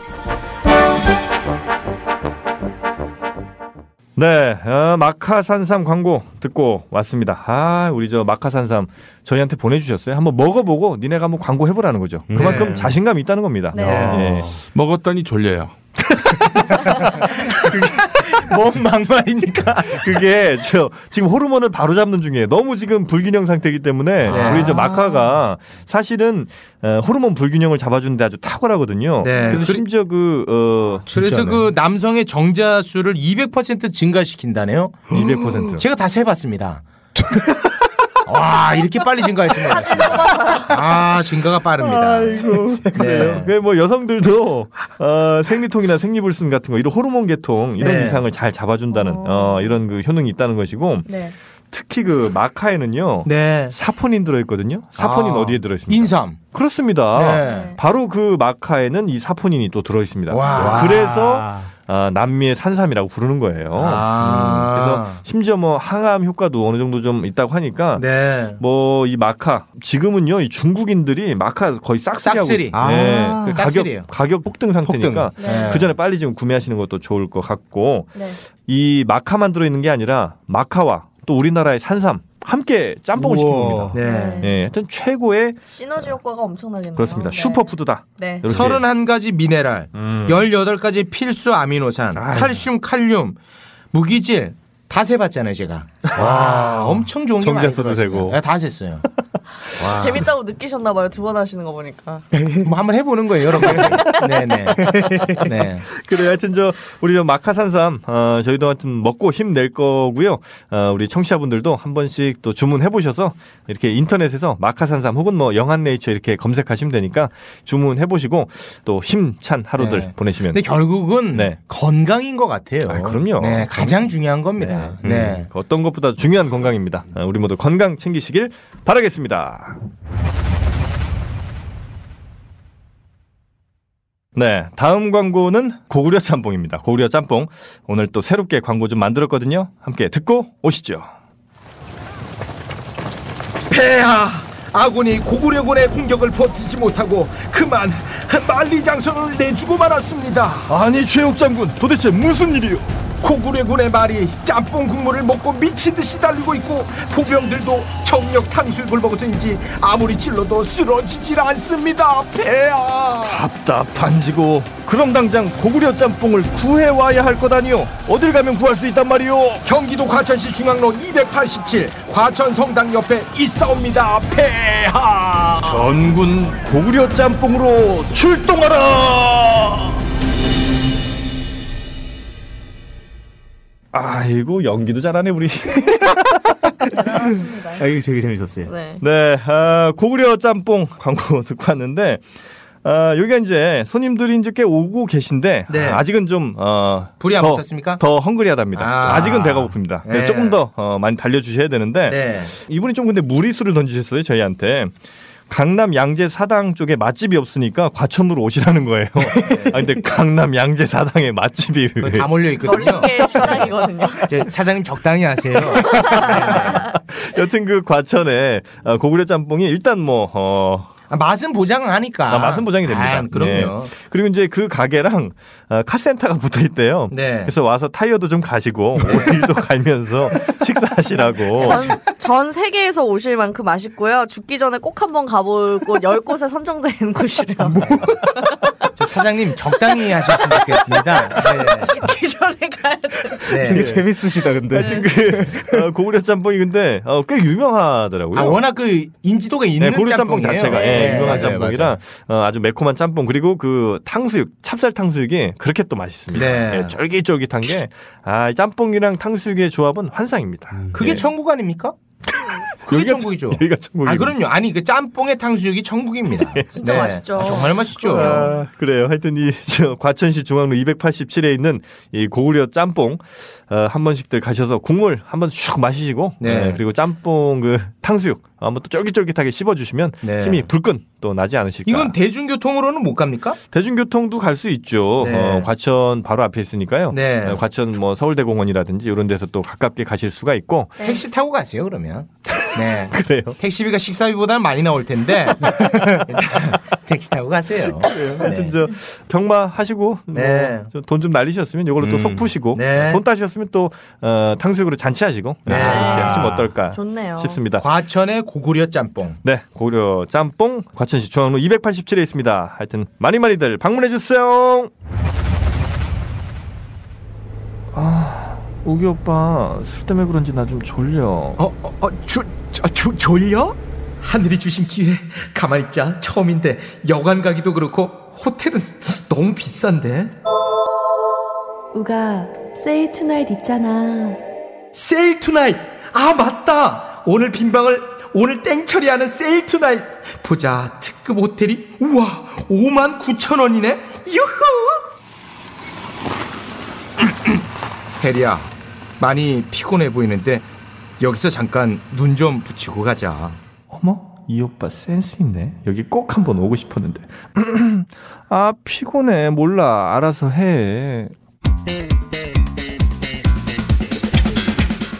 Speaker 4: 네, 어, 마카산삼 광고 듣고 왔습니다. 아, 우리 저 마카산삼 저희한테 보내주셨어요. 한번 먹어보고 니네가 한번 광고 해보라는 거죠. 그만큼
Speaker 8: 네.
Speaker 4: 자신감이 있다는 겁니다.
Speaker 8: 네. 먹었더니 졸려요.
Speaker 4: 뭔 막말입니까? 그게 저 지금 호르몬을 바로 잡는 중에 너무 지금 불균형 상태이기 때문에
Speaker 12: 아.
Speaker 4: 우리 저 마카가 사실은 어, 호르몬 불균형을 잡아주는데 아주 탁월하거든요.
Speaker 6: 네.
Speaker 4: 그래서
Speaker 6: 그리-
Speaker 4: 심지어 그 어,
Speaker 6: 그래서 그 남성의 정자 수를 200% 증가시킨다네요.
Speaker 4: 200%.
Speaker 6: 제가 다 세봤습니다. 와 이렇게 빨리 증가할 줄 몰랐어요. 아 증가가 빠릅니다.
Speaker 4: 아이고.
Speaker 6: 네.
Speaker 4: 그뭐 여성들도 어, 생리통이나 생리불순 같은 거 이런 호르몬 계통 이런
Speaker 6: 네.
Speaker 4: 이상을 잘 잡아준다는 어, 이런 그 효능이 있다는 것이고
Speaker 5: 네.
Speaker 4: 특히 그 마카에는요
Speaker 6: 네.
Speaker 4: 사포닌 들어있거든요. 사포닌
Speaker 6: 아.
Speaker 4: 어디에 들어있습니까? 인삼. 그렇습니다.
Speaker 6: 네.
Speaker 4: 바로 그 마카에는 이 사포닌이 또 들어있습니다.
Speaker 6: 와.
Speaker 4: 그래서 아, 남미의 산삼이라고 부르는 거예요.
Speaker 6: 아.
Speaker 4: 음, 그래서 심지어 뭐 항암 효과도 어느 정도 좀 있다고 하니까
Speaker 6: 네.
Speaker 4: 뭐 이 마카 지금은요 이 중국인들이 마카 거의 싹쓸이 하고
Speaker 6: 싹쓸이. 아.
Speaker 4: 네, 그 가격
Speaker 6: 싹쓸이에요.
Speaker 4: 가격 폭등 상태니까
Speaker 6: 폭등. 네.
Speaker 4: 그 전에 빨리 지금 구매하시는 것도 좋을 것 같고
Speaker 5: 네.
Speaker 4: 이 마카만 들어 있는 게 아니라 마카와 또 우리나라의 산삼 함께 짬뽕을 시킨 겁니다.
Speaker 6: 네.
Speaker 4: 예, 하여튼 최고의
Speaker 5: 시너지 효과가 엄청나겠네요.
Speaker 4: 그렇습니다. 슈퍼푸드다.
Speaker 5: 네.
Speaker 4: 이렇게.
Speaker 6: 31가지 미네랄,
Speaker 4: 음.
Speaker 6: 18가지 필수 아미노산, 칼슘, 칼륨, 무기질 다 세봤잖아요, 제가. 와, 엄청 좋은 게 많이
Speaker 4: 정자수도
Speaker 6: 들어왔어요.
Speaker 4: 세고.
Speaker 6: 네, 다 셌어요. 와.
Speaker 5: 재밌다고 느끼셨나 봐요. 두 번 하시는 거 보니까.
Speaker 6: 뭐 한번 해보는 거예요, 여러분. 네, 네.
Speaker 4: 그래 하여튼 저 우리 저 마카산삼 어, 저희도 하여튼 먹고 힘낼 거고요. 어, 우리 청취자분들도 한 번씩 또 주문해 보셔서 이렇게 인터넷에서 마카산삼 혹은 뭐 영한네이처 이렇게 검색하시면 되니까 주문해 보시고 또 힘찬 하루들
Speaker 6: 네.
Speaker 4: 보내시면.
Speaker 6: 근데 결국은 건강인 것 같아요.
Speaker 4: 네. 아, 그럼요.
Speaker 6: 네, 가장 중요한 겁니다.
Speaker 4: 음,
Speaker 6: 네.
Speaker 4: 그 어떤 것보다 중요한 건강입니다. 어, 우리 모두 건강 챙기시길 바라겠습니다. 네, 다음 광고는 고구려 짬뽕입니다. 고구려 짬뽕. 오늘 또 새롭게 광고 좀 만들었거든요. 함께 듣고 오시죠. 음.
Speaker 13: 폐하 아군이 고구려군의 공격을 버티지 못하고 그만 만리장성을 내주고 말았습니다. 아니 최옥장군 도대체 무슨 일이요? 고구려군의 말이 짬뽕 국물을 먹고 미친 듯이 달리고 있고 보병들도 정력 탕수육을 먹어서인지 아무리 찔러도 쓰러지질 않습니다. 폐하.
Speaker 4: 답답한지고 그럼 당장 고구려 짬뽕을 구해 와야 할 거다니요. 어딜 가면 구할 수 있단 말이요.
Speaker 13: 경기도 과천시 중앙로 287 과천 성당 옆에 있사옵니다. 폐하.
Speaker 4: 전군 고구려 짬뽕으로 출동하라! 아이고 연기도 잘하네 우리.
Speaker 7: 아, 이거 되게 재밌었어요.
Speaker 5: 네.
Speaker 4: 아, 고구려 짬뽕 광고 듣고 왔는데 아, 여기가 이제 손님들이 이제 꽤 오고 계신데
Speaker 6: 네.
Speaker 4: 아, 직은 좀 어,
Speaker 6: 불이 안
Speaker 4: 더-
Speaker 6: 붙었습니까?
Speaker 4: 더 헝그리하답니다.
Speaker 6: 아.
Speaker 4: 아. 직은 배가 고픕니다. 네,
Speaker 6: 네.
Speaker 4: 조금 더 어, 많이 달려주셔야 되는데
Speaker 6: 네.
Speaker 4: 이분이 좀 근데 무리수를 던지셨어요 저희한테. 강남 양재 사당 쪽에 맛집이 없으니까 과천으로 오시라는 거예요. 아 근데 강남 양재 사당에 맛집이
Speaker 6: 네. 다 몰려 있거든요.
Speaker 5: 게 식당이거든요.
Speaker 6: 이제 사장님 적당히 하세요.
Speaker 4: 여튼 그 과천에 어, 고구려 짬뽕이 일단 뭐 어,
Speaker 6: 아, 맛은 보장하니까.
Speaker 4: 아, 맛은 보장이 됩니다.
Speaker 6: 아, 그럼요.
Speaker 4: 예. 그리고 이제 그 가게랑 어, 카센터가 붙어 있대요.
Speaker 6: 네.
Speaker 4: 그래서 와서 타이어도 좀 가시고 오일도 갈면서 식사하시라고.
Speaker 5: 전, 전 세계에서 오실 만큼 맛있고요. 죽기 전에 꼭 한번 가볼 곳, 열 곳에 선정된 곳이래요.
Speaker 4: 뭐?
Speaker 6: 저 사장님 적당히 하셨으면 좋겠습니다. 네.
Speaker 5: 죽기 전에 가야 돼.
Speaker 6: 네.
Speaker 7: 되게 재밌으시다 근데.
Speaker 4: 하여튼 그 어, 고구려 짬뽕이 근데 어, 꽤 유명하더라고요.
Speaker 6: 아, 워낙 그 인지도가 있는
Speaker 4: 네, 고구려 짬뽕
Speaker 6: 짬뽕이에요.
Speaker 4: 자체가
Speaker 6: 네.
Speaker 4: 예, 유명한
Speaker 6: 네,
Speaker 4: 짬뽕이라 어, 아주 매콤한 짬뽕 그리고 그 탕수육 찹쌀 탕수육이 그렇게 또 맛있습니다.
Speaker 6: 네.
Speaker 4: 예, 쫄깃쫄깃한 게 아, 이 짬뽕이랑 탕수육의 조합은 환상입니다.
Speaker 6: 그게
Speaker 4: 예.
Speaker 6: 천국 아닙니까?
Speaker 12: 음.
Speaker 6: 그게
Speaker 4: 여기가
Speaker 6: 천국이죠.
Speaker 4: 여기가 천국이죠.
Speaker 6: 아 그럼요. 아니 그 짬뽕의 탕수육이 천국입니다.
Speaker 12: 예.
Speaker 5: 진짜 맛있죠.
Speaker 6: 아, 정말 맛있죠.
Speaker 12: 그러니까.
Speaker 4: 아, 그래요. 하여튼 이 저, 과천시 중앙로 287에 있는 이 고구려 짬뽕 어, 한 번씩들 가셔서 국물 한 번 슉 마시시고
Speaker 6: 네.
Speaker 4: 네, 그리고 짬뽕 그 탕수육 한번 또 쫄깃쫄깃하게 씹어주시면 힘이 불끈 또 나지 않으실까.
Speaker 6: 네. 이건 대중교통으로는 못 갑니까?
Speaker 4: 대중교통도 갈 수 있죠.
Speaker 6: 네.
Speaker 4: 어, 과천 바로 앞에 있으니까요.
Speaker 6: 네.
Speaker 4: 어, 과천 뭐 서울대공원이라든지 이런 데서 또 가깝게 가실 수가 있고.
Speaker 5: 네.
Speaker 6: 택시 타고 가세요 그러면. 네.
Speaker 4: 그래요.
Speaker 6: 택시비가 식사비보다는 많이 나올 텐데 택시 타고 가세요.
Speaker 4: 하여튼 저 경마 하시고 뭐
Speaker 6: 네.
Speaker 4: 돈 좀 날리셨으면 이걸로 또 속 푸시고
Speaker 6: 네.
Speaker 4: 돈 따셨으면 또 어, 탕수육으로 잔치하시고
Speaker 6: 네.
Speaker 4: 이렇게 하시면 어떨까
Speaker 5: 좋네요.
Speaker 4: 싶습니다.
Speaker 6: 과천의 고구려 짬뽕.
Speaker 4: 네, 고구려 짬뽕 과천시 중앙로 287에 있습니다. 하여튼 많이 많이들 방문해 주세요. 아, 우기 오빠 술 때문에 그런지 나 좀 졸려.
Speaker 12: 어, 어, 조, 저, 조, 졸려? 하늘이 주신 기회 가만히 있자 처음인데 여관 가기도 그렇고 호텔은 너무 비싼데
Speaker 10: 우가 세이 투나잇 있잖아.
Speaker 12: 세일 투나잇 아 맞다 오늘 빈방을 오늘 땡처리하는 세일 투나잇 보자 특급 호텔이 우와 5만 9천 원이네 유후 혜리야 많이 피곤해 보이는데 여기서 잠깐 눈 좀 붙이고 가자
Speaker 4: 어머, 이 오빠 센스 있네. 여기 꼭 한번 오고 싶었는데. 아, 피곤해. 몰라. 알아서 해.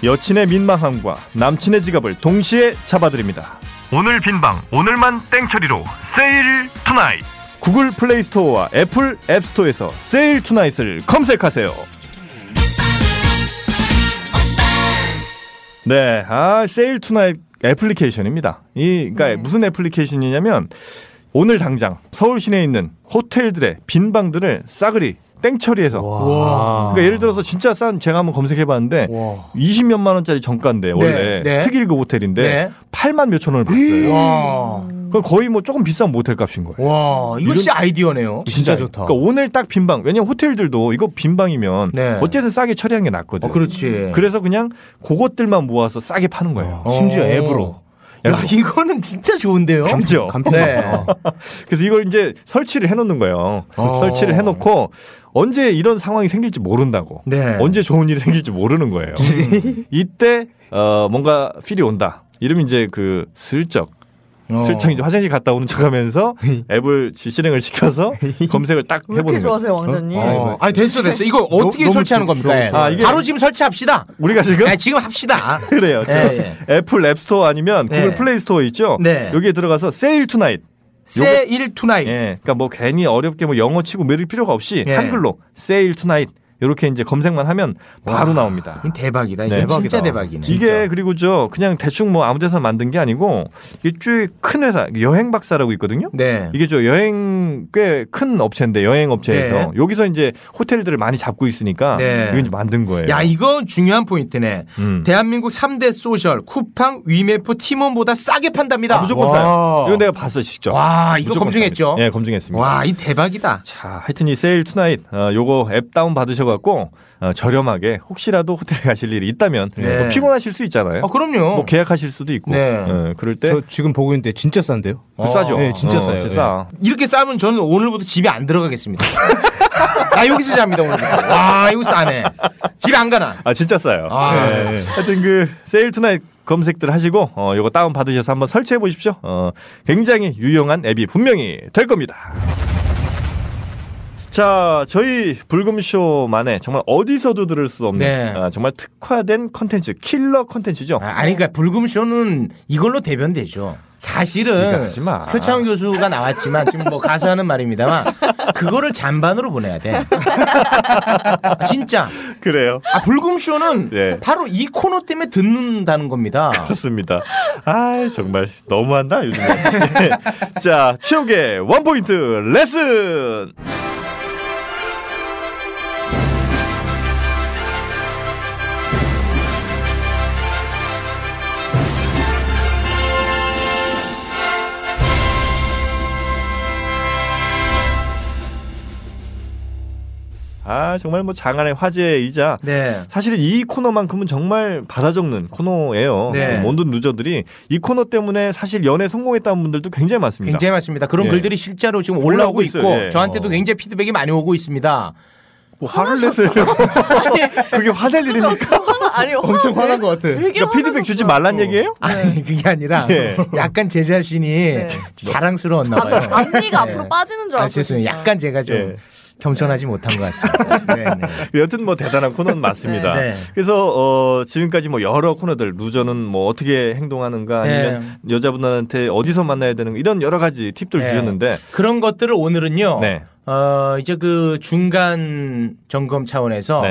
Speaker 4: 여친의 민망함과 남친의 지갑을 동시에 잡아드립니다. 오늘 빈방, 오늘만 땡처리로 세일 투나잇. 구글 플레이 스토어와 애플 앱 스토어에서 세일 투나잇을 검색하세요. 네, 아 세일 투나잇 애플리케이션입니다. 이 그러니까 무슨 애플리케이션이냐면 오늘 당장 서울 시내에 있는 호텔들의 빈 방들을 싸그리 땡처리해서
Speaker 6: 아.
Speaker 4: 그러니까 예를 들어서 진짜 싼 제가 한번 검색해봤는데 20몇만 원짜리 정가인데 원래
Speaker 6: 네, 네.
Speaker 4: 특일급 호텔인데
Speaker 6: 네. 예.
Speaker 4: 8만 몇천 원을
Speaker 6: 와.
Speaker 4: 봤어요. 그건 거의 뭐 조금 비싼 모텔 값인 거예요.
Speaker 6: 와, 이거 진짜 아이디어네요.
Speaker 4: 그러니까 오늘 딱 빈방. 왜냐면 호텔들도 이거 빈방이면
Speaker 6: 네.
Speaker 4: 어쨌든 싸게 처리하는 게 낫거든.
Speaker 6: 어, 그렇지.
Speaker 4: 래서 그냥 그것들만 모아서 싸게 파는 거예요.
Speaker 6: 심지어 앱으로. 야, 이거는 진짜 좋은데요.
Speaker 4: 감죠.
Speaker 6: 네.
Speaker 4: 그래서 이걸 이제 설치를 해놓는 거예요.
Speaker 6: 어.
Speaker 4: 설치를 해놓고 언제 이런 상황이 생길지 모른다고.
Speaker 6: 네.
Speaker 4: 언제 좋은 일이 생길지 모르는 거예요. 이때 어, 뭔가 필이 온다. 이러면 이제 그 슬쩍
Speaker 6: 어.
Speaker 4: 슬쩍 이제 화장실 갔다 오는 척하면서 앱을 지- 실행을 시켜서 검색을 딱
Speaker 5: 왜 이렇게
Speaker 4: 해보는 거예요.
Speaker 5: 좋아하세요, 왕자님?
Speaker 6: 어, 아니 됐어 됐어. 이거
Speaker 4: 뭐,
Speaker 6: 어떻게
Speaker 4: 너무
Speaker 6: 설치하는
Speaker 4: 좋죠.
Speaker 6: 겁니까? 예.
Speaker 4: 아, 이게-
Speaker 6: 바로 지금 설치합시다.
Speaker 4: 우리가 지금
Speaker 6: 아, 지금 합시다.
Speaker 4: 그래요.
Speaker 6: 예, 예.
Speaker 4: 애플 앱스토어 아니면 구글
Speaker 6: 네.
Speaker 4: 플레이 스토어 있죠?
Speaker 6: 네.
Speaker 4: 여기에 들어가서 세일 투나잇.
Speaker 6: 세일 투나잇.
Speaker 4: 예. 그러니까 뭐 괜히 어렵게 뭐 영어 치고 메릴 필요가 없이
Speaker 6: 예.
Speaker 4: 한글로 세일 투나잇 이렇게 이제 검색만 하면 바로 나옵니다.
Speaker 6: 대박이다. 이거
Speaker 4: 네.
Speaker 6: 진짜 대박이네.
Speaker 4: 이게 그리고 저 그냥 대충 뭐 아무데서 만든 게 아니고 이게 꽤큰 회사 여행 박사라고 있거든요.
Speaker 6: 네.
Speaker 4: 이게 저 여행 꽤 큰 업체인데 여행 업체에서
Speaker 6: 네.
Speaker 4: 여기서 이제 호텔들을 많이 잡고 있으니까
Speaker 6: 네.
Speaker 4: 이거 이제 만든 거예요.
Speaker 6: 야, 이건 중요한 포인트네.
Speaker 4: 음.
Speaker 6: 대한민국 3대 소셜 쿠팡 위메포 팀원보다 싸게 판답니다.
Speaker 4: 아, 무조건 사요. 이거 내가 봤어 직접.
Speaker 6: 와, 이거
Speaker 4: 무조건
Speaker 6: 검증했죠?
Speaker 4: 삽니다. 예, 검증했습니다.
Speaker 6: 와, 이 대박이다.
Speaker 4: 자, 하여튼 이 세일 투나잇 어, 요거 앱 다운 받으셔갖고 어, 저렴하게 혹시라도 호텔에 가실 일이 있다면
Speaker 7: 네.
Speaker 4: 뭐 피곤하실 수 있잖아요.
Speaker 7: 아,
Speaker 6: 어,
Speaker 7: 그럼요. 네.
Speaker 4: 뭐 계약하실 수도 있고. 예, 그럴
Speaker 11: 네.
Speaker 4: 때
Speaker 7: 저 지금 보고 있는데 진짜 싼데요?
Speaker 4: 그 싸죠.
Speaker 7: 네, 진짜
Speaker 4: 어,
Speaker 7: 싸요.
Speaker 4: 진짜 싸.
Speaker 6: 이렇게 싸면 저는 오늘부터 집에 안 들어가겠습니다. 나 여기서 잡니다 오늘. 와, 이거 싸네. 집에 안 가나.
Speaker 4: 아 진짜 싸요.
Speaker 6: 아,
Speaker 4: 예.
Speaker 6: 네.
Speaker 4: 하여튼 그 세일 투나잇 검색들 하시고 어, 요거 다운 받으셔서 한번 설치해 보십시오. 어, 굉장히 유용한 앱이 분명히 될 겁니다. 자, 저희 불금쇼만에 정말 어디서도 들을 수 없는
Speaker 6: 네.
Speaker 4: 아, 정말 특화된 컨텐츠, 킬러 컨텐츠죠.
Speaker 6: 아, 니
Speaker 4: 네.
Speaker 6: 그러니까 불금쇼는 이걸로 대변되죠.
Speaker 4: 네가
Speaker 6: 사실은
Speaker 4: 그러니까 하지 마.
Speaker 6: 표창 교수가 나왔지만 지금 뭐 가수하는 말입니다만 그거를 잔반으로 보내야 돼. 아, 진짜.
Speaker 4: 그래요.
Speaker 6: 아, 불금쇼는 바로 이 코너 때문에 듣는다는 겁니다.
Speaker 4: 네. 그렇습니다. 아 정말 너무한다 요즘에. 예. 자 최욱의 원 포인트 레슨. 아 정말 뭐 장안의 화제이자
Speaker 6: 네.
Speaker 4: 사실은 이 코너만큼은 정말 받아 적는 코너예요.
Speaker 6: 네.
Speaker 4: 모든 루저들이 이 코너 때문에 사실 연애 성공했다는 분들도 굉장히 많습니다.
Speaker 6: 굉장히 많습니다. 그런
Speaker 4: 예.
Speaker 6: 글들이 실제로 지금
Speaker 4: 올라오고
Speaker 6: 올라오고 있고
Speaker 4: 있어요. 네. 예.
Speaker 6: 저한테도 굉장히
Speaker 4: 뭐
Speaker 6: 피드백이 많이 오고 있습니다.
Speaker 4: 화를 내세요. 그게 화낼 일입니까?
Speaker 5: 아니,
Speaker 6: 엄청
Speaker 5: 화가
Speaker 6: 화난
Speaker 5: 돼?
Speaker 6: 것
Speaker 11: 네.
Speaker 6: 같아.
Speaker 5: 되게
Speaker 4: 그러니까 피드백 주지 말란 얘기예요?
Speaker 6: 아니 그게 아니라
Speaker 4: 예. 네.
Speaker 6: 약간 제 자신이 자랑스러웠나
Speaker 5: 아,
Speaker 6: 봐요.
Speaker 5: 앞니가
Speaker 6: 예.
Speaker 5: 앞으로 빠지는 줄
Speaker 6: 아,
Speaker 5: 알았어요.
Speaker 6: 죄송해요.
Speaker 5: 진짜.
Speaker 6: 약간 제가 좀
Speaker 4: 예.
Speaker 6: 겸손하지 못한 것 같습니다. 네, 네.
Speaker 4: 여튼 뭐 대단한 코너는 맞습니다.
Speaker 6: 네.
Speaker 4: 그래서 어 지금까지 뭐 여러 코너들 루저는 뭐 어떻게 행동하는가
Speaker 6: 네.
Speaker 4: 아니면 여자분한테 어디서 만나야 되는 가 이런 여러 가지 팁들
Speaker 6: 네.
Speaker 4: 주셨는데
Speaker 6: 그런 것들을 오늘은요.
Speaker 4: 네.
Speaker 6: 어, 이제 그 중간 점검 차원에서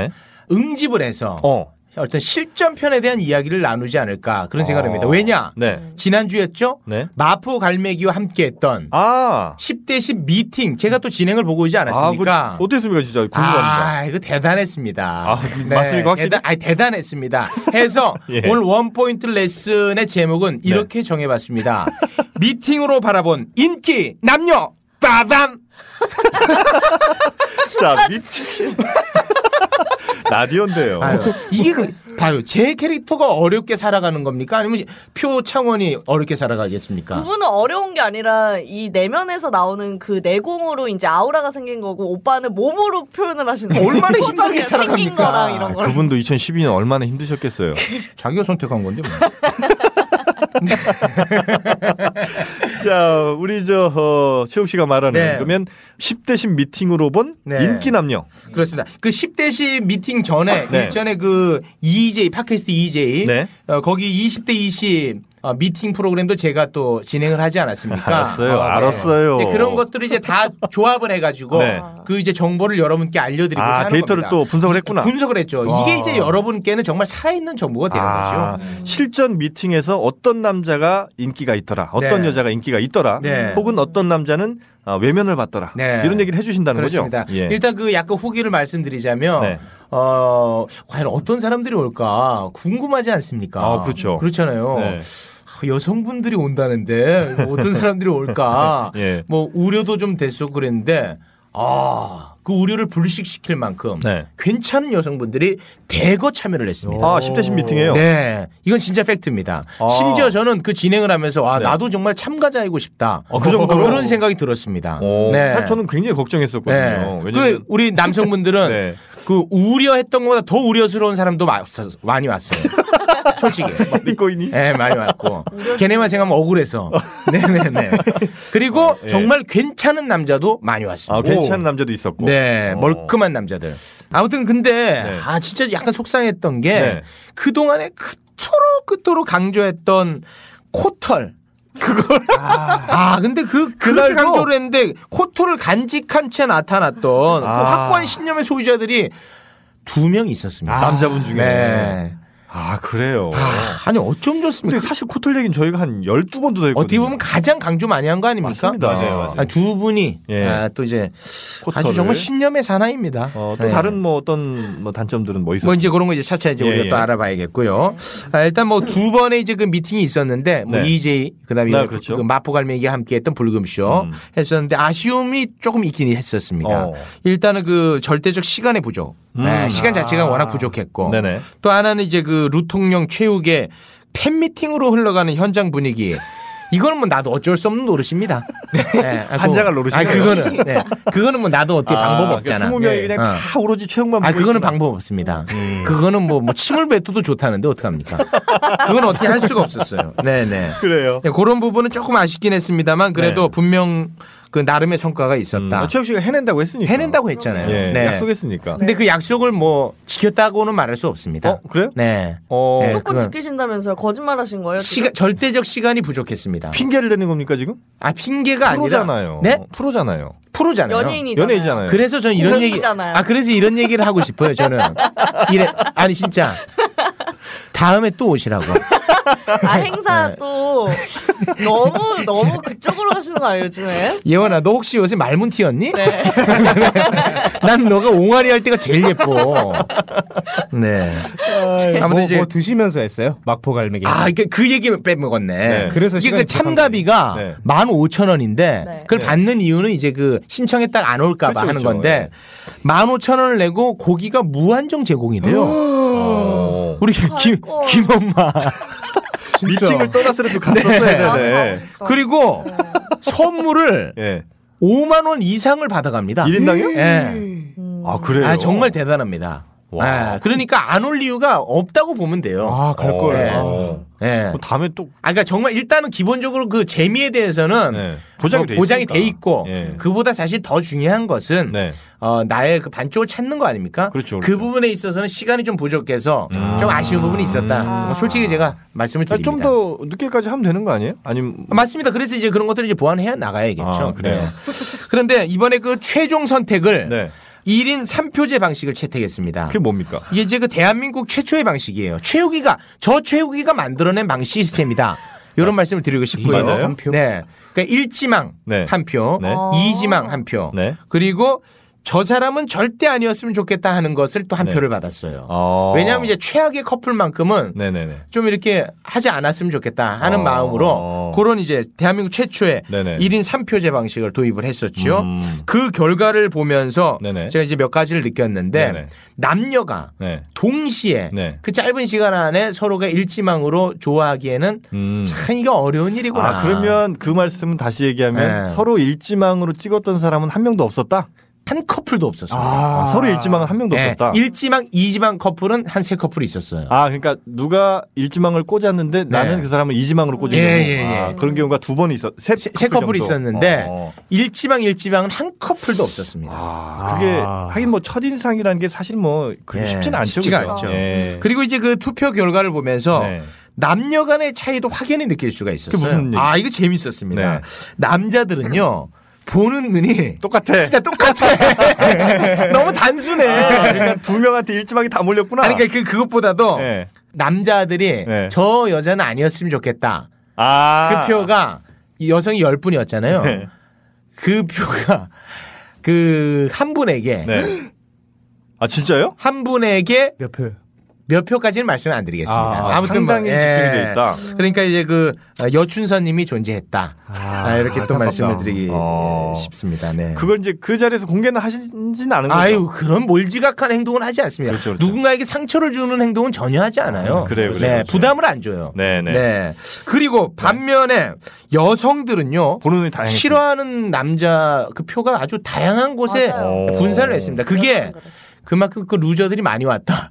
Speaker 6: 응집을 해서
Speaker 4: 네. 어.
Speaker 6: 떤 실전편에 대한 이야기를 나누지 않을까 그런 생각을
Speaker 4: 어.
Speaker 6: 합니다. 왜냐?
Speaker 4: 네. 아.
Speaker 6: 지난주였죠? 마포 갈매기와 함께 했던 10대 10 미팅 제가 또 진행을 보고 오지 않았습니까?
Speaker 4: 아, 그, 어땠습니까 진짜 궁금합니다.
Speaker 6: 아, 이거 대단했습니다. 아,
Speaker 4: 맞습니까, 확실히?
Speaker 6: 대단, 아니, 대단했습니다. 해서
Speaker 4: 예. 네.
Speaker 6: 오늘 원포인트 레슨의 제목은 이렇게 정해봤습니다. 미팅으로 바라본 인기 남녀 따담!
Speaker 4: 자, 미치신. 라디오인데요.
Speaker 6: 아유, 이게 그, 봐요. 제 캐릭터가 어렵게 살아가는 겁니까? 아니면 표창원이 어렵게 살아가겠습니까?
Speaker 5: 그분은 어려운 게 아니라 이 내면에서 나오는 그 내공으로 이제 아우라가 생긴 거고 오빠는 몸으로 표현을 하시는 거예요.
Speaker 6: 얼마나
Speaker 5: 표정이
Speaker 6: 힘들게
Speaker 5: 생긴
Speaker 6: 살아갑니까?
Speaker 5: 거랑 이런 거랑.
Speaker 4: 그분도 2012년 얼마나 힘드셨겠어요.
Speaker 6: 자기가 선택한 건데. 뭐.
Speaker 4: 자, 우리 저 어, 최욱 씨가 말하는
Speaker 6: 네.
Speaker 4: 그러면 10대 10 미팅으로 본
Speaker 6: 네.
Speaker 4: 인기 남녀.
Speaker 6: 그렇습니다. 그 10대 10 미팅 전에
Speaker 4: 네.
Speaker 6: 일전에 그 EJ 팟캐스트 EJ 어, 거기 20대 20 어, 미팅 프로그램도 제가 또 진행을 하지 않았습니까?
Speaker 4: 알았어요.
Speaker 6: 네.
Speaker 4: 알았어요.
Speaker 6: 네, 그런 것들을 이제 다 조합을 해가지고
Speaker 4: 네.
Speaker 6: 그 이제 정보를 여러분께 알려드리고
Speaker 4: 아,
Speaker 6: 하는
Speaker 4: 데이터를
Speaker 6: 겁니다. 네,
Speaker 4: 또 분석을 했구나.
Speaker 6: 분석을 했죠.
Speaker 4: 와.
Speaker 6: 이게 이제 여러분께는 정말 살아있는 정보가 되는
Speaker 4: 아,
Speaker 6: 거죠.
Speaker 4: 실전 미팅에서 어떤 남자가 인기가 있더라, 어떤
Speaker 6: 네.
Speaker 4: 여자가 인기가 있더라,
Speaker 6: 네.
Speaker 4: 혹은 어떤 남자는 아, 외면을 받더라
Speaker 6: 네.
Speaker 4: 이런 얘기를 해주신다는
Speaker 6: 그렇습니다.
Speaker 4: 거죠. 예. 네.
Speaker 6: 일단 그 약간 후기를 말씀드리자면 어, 과연 어떤 사람들이 올까 궁금하지 않습니까?
Speaker 4: 아, 그렇죠.
Speaker 6: 그렇잖아요.
Speaker 4: 네.
Speaker 6: 아, 여성분들이 온다는데 이거 어떤 사람들이 올까?
Speaker 4: 예.
Speaker 6: 뭐 우려도 좀 됐었고 그랬는데 아, 그 우려를 불식시킬 만큼
Speaker 4: 네.
Speaker 6: 괜찮은 여성분들이 대거 참여를 했습니다.
Speaker 4: 아, 10대 10 미팅이에요?
Speaker 6: 네. 이건 진짜 팩트입니다.
Speaker 4: 아. 네.
Speaker 6: 심지어 저는 그 진행을 하면서 아, 나도 정말 참가자이고 싶다.
Speaker 4: 아, 그 정도로?
Speaker 6: 그런 생각이 들었습니다.
Speaker 4: 어,
Speaker 6: 네.
Speaker 4: 사실 저는 굉장히 걱정했었거든요.
Speaker 6: 네.
Speaker 4: 왜냐면 네.
Speaker 6: 그 우리 남성분들은 그 우려했던 것보다 더 우려스러운 사람도 마- 많이 왔어요. 솔직히.
Speaker 4: 믿고 있니?
Speaker 6: 네, 많이 왔고. 걔네만 생각하면 억울해서. 네네네. 그리고
Speaker 4: 예.
Speaker 6: 정말 괜찮은 남자도 많이 왔습니다.
Speaker 4: 아, 괜찮은 남자도 있었고.
Speaker 6: 네,
Speaker 4: 어. 네.
Speaker 6: 멀끔한 남자들. 아무튼 근데 아 진짜 약간 속상했던 게 그동안에 그토록 그토록 강조했던 코털 그걸 아, 근데 그 그날 강조를 했는데 코털을 간직한 채 나타났던 그
Speaker 4: 아.
Speaker 6: 확고한 신념의 소유자들이 두 명 있었습니다.
Speaker 4: 아. 남자분 중에.
Speaker 6: 네.
Speaker 4: 아, 그래요.
Speaker 6: 아, 니 어쩜 좋습니까?
Speaker 4: 근데 사실 코털 얘기는 저희가 한 12번도 더 했거든요.
Speaker 6: 어떻게 보면 가장 강조 많이 한 거 아닙니까?
Speaker 4: 맞습니다. 맞아요, 맞아요. 예.
Speaker 6: 아, 두 분이 아, 또 이제 아주
Speaker 4: 코털을.
Speaker 6: 정말 신념의 사나이입니다.
Speaker 4: 어, 또
Speaker 6: 네.
Speaker 4: 다른 뭐 어떤 뭐 단점들은 뭐 있었어요?
Speaker 6: 뭐 이제 그런 거 이제 차차 이제
Speaker 4: 예,
Speaker 6: 우리가
Speaker 4: 예.
Speaker 6: 또 알아봐야겠고요. 아, 일단 뭐 두 번의 이제 그 미팅이 있었는데 뭐
Speaker 4: 네.
Speaker 6: EJ 그다음에
Speaker 4: 네, 그렇죠. 음.
Speaker 6: 그 마포갈매기와 함께했던 불금쇼 했었는데 아쉬움이 조금 있긴 했었습니다.
Speaker 4: 어.
Speaker 6: 일단은 그 절대적 시간의 부족. 네,
Speaker 4: 음.
Speaker 6: 시간 자체가
Speaker 4: 아.
Speaker 6: 워낙 부족했고
Speaker 4: 네네.
Speaker 6: 또 하나는 이제 그 루통령 최욱의 팬미팅으로 흘러가는 현장 분위기. 이거는 뭐 나도 어쩔 수 없는 노릇입니다. 네, 아,
Speaker 4: 환장할
Speaker 6: 그-
Speaker 4: 노릇이네요.
Speaker 6: 아, 그거는. 네. 그거는 뭐 나도 어떻게
Speaker 4: 아,
Speaker 6: 방법 없잖아.
Speaker 4: 그러니까 20명이
Speaker 6: 네.
Speaker 4: 그냥
Speaker 6: 어.
Speaker 4: 다 오로지 최영만
Speaker 6: 아,
Speaker 4: 보고
Speaker 6: 그거는
Speaker 4: 있구나.
Speaker 6: 방법 없습니다.
Speaker 7: 음.
Speaker 6: 그거는 뭐, 뭐 침을 뱉어도 좋다는데 어떡합니까? 그건 어떻게 할 수가 없었어요. 네네.
Speaker 4: 그래요.
Speaker 6: 네, 그런 부분은 조금 아쉽긴 했습니다만 그래도 분명 그 나름의 성과가 있었다.
Speaker 4: 네. 아, 음, 최욱 씨가 해낸다고 했으니까.
Speaker 6: 해낸다고 했잖아요. 네.
Speaker 4: 예, 약속했으니까.
Speaker 6: 근데 그 약속을 뭐 지켰다고는 말할 수 없습니다.
Speaker 4: 어, 그래요?
Speaker 6: 네.
Speaker 4: 어,
Speaker 6: 네,
Speaker 5: 조금
Speaker 6: 그건
Speaker 5: 지키신다면서요? 거짓말하신 거예요? 지금?
Speaker 6: 시간 절대적 시간이 부족했습니다.
Speaker 4: 핑계를 대는 겁니까 지금?
Speaker 6: 아 핑계가
Speaker 4: 프로잖아요. 네.
Speaker 6: 아니라 네?
Speaker 4: 프로잖아요.
Speaker 6: 프로잖아요.
Speaker 5: 연예인이잖아요. 연예인이잖아요.
Speaker 6: 그래서 저는 이런 얘기
Speaker 5: 공인이잖아요.
Speaker 6: 아 그래서 이런 얘기를 하고 싶어요. 저는 이래 아니 진짜 다음에 또 오시라고.
Speaker 5: 아
Speaker 6: 네.
Speaker 5: 행사 또 너무 너무 그쪽으로 가시는 거 아니에요 요즘에?
Speaker 6: 예원아 너 혹시 요새 말문 튀었니?
Speaker 5: 네.
Speaker 6: 난 너가 옹알이 할 때가 제일 예뻐. 네.
Speaker 7: 아무튼 뭐,
Speaker 6: 이제-
Speaker 7: 뭐 드시면서 했어요? 막포 갈매기.
Speaker 6: 아, 그러니까 그 얘기 빼먹었네.
Speaker 7: 그래서
Speaker 6: 이게
Speaker 7: 시간이
Speaker 6: 그 참가비가
Speaker 7: 부족한 거예요.
Speaker 6: 15,000원인데 그걸
Speaker 7: 네.
Speaker 6: 받는 이유는 이제 그 신청에 딱 안 올까 봐
Speaker 7: 그렇죠,
Speaker 6: 하는
Speaker 7: 그렇죠.
Speaker 6: 건데 15,000원을 내고 고기가 무한정 제공이
Speaker 4: 어.
Speaker 6: 돼요. 우리
Speaker 5: 어,
Speaker 6: 김 김엄마
Speaker 4: 미팅을 떠났으라도 갔었어야 되네.
Speaker 6: 그리고 선물을
Speaker 4: 아,
Speaker 7: 네.
Speaker 6: 5만 원 이상을 받아갑니다.
Speaker 4: 예. 일인당이요?
Speaker 6: 예.
Speaker 4: 아 그래요.
Speaker 6: 아, 정말 대단합니다. 예, 그러니까 안 올 이유가 없다고 보면 돼요. 아,
Speaker 4: 어,
Speaker 7: 갈 걸.
Speaker 6: 예.
Speaker 4: 네. 다음에 또.
Speaker 6: 아, 그러니까 정말 일단은 기본적으로 그 재미에 대해서는
Speaker 4: 네. 보장이
Speaker 6: 어,
Speaker 4: 돼
Speaker 6: 보장이
Speaker 4: 있으니까. 예.
Speaker 6: 돼 있고 그보다 사실 더 중요한 것은
Speaker 4: 네. 아,
Speaker 6: 어, 나의 그 반쪽을 찾는 거 아닙니까? 그렇죠. 그 부분에 있어서는 시간이 좀 부족해서 좀 아쉬운 부분이 있었다. 뭐 솔직히 제가 말씀을 드립니다.
Speaker 4: 음. 그러니까 좀 더 늦게까지 하면 되는 거 아니에요? 아니면
Speaker 6: 아, 맞습니다. 그래서 이제 그런 것들을 이제 보완해 나가야겠죠. 네.
Speaker 4: 아, 그래요? 네.
Speaker 6: 그런데 이번에 그 최종 선택을 1인 3표제 방식을 채택했습니다. 그게
Speaker 4: 뭡니까?
Speaker 6: 이게 이제 그 대한민국 최초의 방식이에요. 최우기가 저 최우기가 만들어낸 방 시스템이다. 이런 말씀을 드리고 싶고요.
Speaker 4: 맞아요? 삼 표?
Speaker 6: 네. 그러니까 1지망
Speaker 4: 네.
Speaker 6: 한 표,
Speaker 4: 네.
Speaker 6: 이 2지망 한 표. 그리고 저 사람은 절대 아니었으면 좋겠다 하는 것을 또 한
Speaker 4: 네.
Speaker 6: 표를 받았어요.
Speaker 4: 아.
Speaker 6: 왜냐하면 이제 최악의 커플만큼은
Speaker 4: 네.
Speaker 6: 좀 이렇게 하지 않았으면 좋겠다 하는
Speaker 4: 어.
Speaker 6: 마음으로 그런 이제 대한민국 최초의
Speaker 4: 네네. 음.
Speaker 6: 1인 3표제 방식을 도입을 했었죠. 그 결과를 보면서 제가 이제 몇 가지를 느꼈는데
Speaker 4: 네네.
Speaker 6: 남녀가
Speaker 4: 네.
Speaker 6: 동시에 그 짧은 시간 안에 서로가 일지망으로 좋아하기에는 참 이게 어려운 일이구나.
Speaker 4: 음. 아, 그러면 그 말씀은 다시 얘기하면
Speaker 6: 네.
Speaker 4: 서로 일지망으로 찍었던 사람은 한 명도 없었다?
Speaker 6: 한 커플도 없었어요.
Speaker 4: 아, 서로 일지망은 한 명도
Speaker 6: 네,
Speaker 4: 없었다.
Speaker 6: 일지망, 이지망 커플은 한 세 커플이 있었어요.
Speaker 4: 아, 그러니까 누가 일지망을 꽂았는데 나는 그 사람은 이지망으로 꽂은
Speaker 6: 예,
Speaker 4: 경우.
Speaker 6: 예,
Speaker 4: 아,
Speaker 6: 예.
Speaker 4: 그런 경우가 두 번 있었, 세,
Speaker 6: 세 커플이
Speaker 4: 정도.
Speaker 6: 있었는데
Speaker 4: 어,
Speaker 6: 일지망 일지망은 한 커플도 없었습니다.
Speaker 4: 어. 그게 하긴 뭐 첫인상이라는 게 사실 뭐 그렇게 쉽지는 않죠.
Speaker 6: 아. 예. 쉽지가
Speaker 4: 그죠?
Speaker 6: 않죠.
Speaker 4: 예. 네.
Speaker 6: 그리고 이제 그 투표 결과를 보면서 남녀 간의 차이도 확연히 느낄 수가 있었어요.
Speaker 4: 그게 무슨 얘기? 네.
Speaker 6: 아, 이거 재밌었습니다. 남자들은요. 보는 눈이
Speaker 4: 똑같아.
Speaker 6: 진짜 똑같아. 너무 단순해.
Speaker 4: 아, 그러니까 두 명한테 일지망이 다 몰렸구나.
Speaker 6: 아니, 그러니까 그, 그것보다도
Speaker 4: 네.
Speaker 6: 남자들이 저 여자는 아니었으면 좋겠다.
Speaker 4: 아.
Speaker 6: 그 표가 이 여성이 열분이었잖아요
Speaker 4: 네.
Speaker 6: 그 표가 그 한 분에게
Speaker 4: 네. 아, 진짜요?
Speaker 6: 한 분에게 몇 표? 몇 표까지는 말씀을 안 드리겠습니다.
Speaker 4: 아,
Speaker 6: 뭐,
Speaker 4: 상당히 집중이 돼 있다.
Speaker 6: 그러니까 이제 그 어, 여춘선님이 존재했다. 아, 이렇게 또
Speaker 4: 안타깝다.
Speaker 6: 말씀을 드리기
Speaker 4: 어.
Speaker 6: 싶습니다. 네.
Speaker 4: 그걸 이제 그 자리에서 공개는 하신지는 않은 거죠. 그렇죠,
Speaker 6: 아유 그런 몰지각한 행동은 하지 않습니다. 누군가에게 상처를 주는 행동은 전혀 하지 않아요.
Speaker 4: 음, 그래요, 그래요,
Speaker 6: 네,
Speaker 4: 그렇죠.
Speaker 6: 부담을 안 줘요.
Speaker 4: 네, 네.
Speaker 6: 그리고 반면에 여성들은요. 싫어하는 남자 그 표가 아주 다양한 곳에
Speaker 4: 맞아요.
Speaker 6: 분산을 했습니다. 그게 그만큼 그 루저들이 많이 왔다.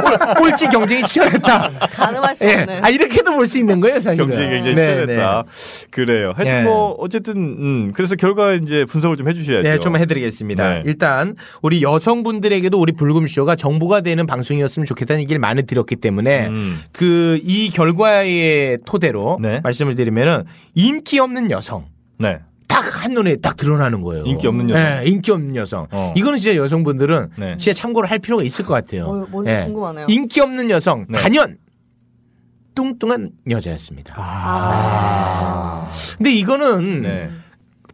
Speaker 6: 꼴- 꼴찌 경쟁이 치열했다.
Speaker 5: 가늠할 수
Speaker 4: 네.
Speaker 6: 예.
Speaker 5: 없는.
Speaker 6: 아 이렇게도 볼 수 있는 거예요, 사실은.
Speaker 4: 경쟁이 굉장히
Speaker 6: 네,
Speaker 4: 치열했다. 그래요. 하여튼
Speaker 6: 네.
Speaker 4: 뭐 어쨌든 음, 그래서 결과 이제 분석을 좀 해주셔야죠.
Speaker 6: 네, 좀 해드리겠습니다.
Speaker 4: 네.
Speaker 6: 일단 우리 여성분들에게도 우리 불금쇼가 정보가 되는 방송이었으면 좋겠다는 얘기를 많이 들었기 때문에
Speaker 4: 음.
Speaker 6: 그 이 결과의 토대로
Speaker 4: 네.
Speaker 6: 말씀을 드리면은 인기 없는 여성. 딱 한눈에 딱 드러나는 거예요.
Speaker 4: 인기 없는 여성. 어. 네.
Speaker 6: 네, 인기 없는 여성. 이거는 진짜 여성분들은 진짜 참고를 할 필요가 있을 것 같아요.
Speaker 5: 어, 뭔지 궁금하네요.
Speaker 6: 인기 없는 여성,
Speaker 4: 네.
Speaker 6: 단연 뚱뚱한 여자였습니다.
Speaker 4: 아.
Speaker 6: 근데 이거는
Speaker 4: 네.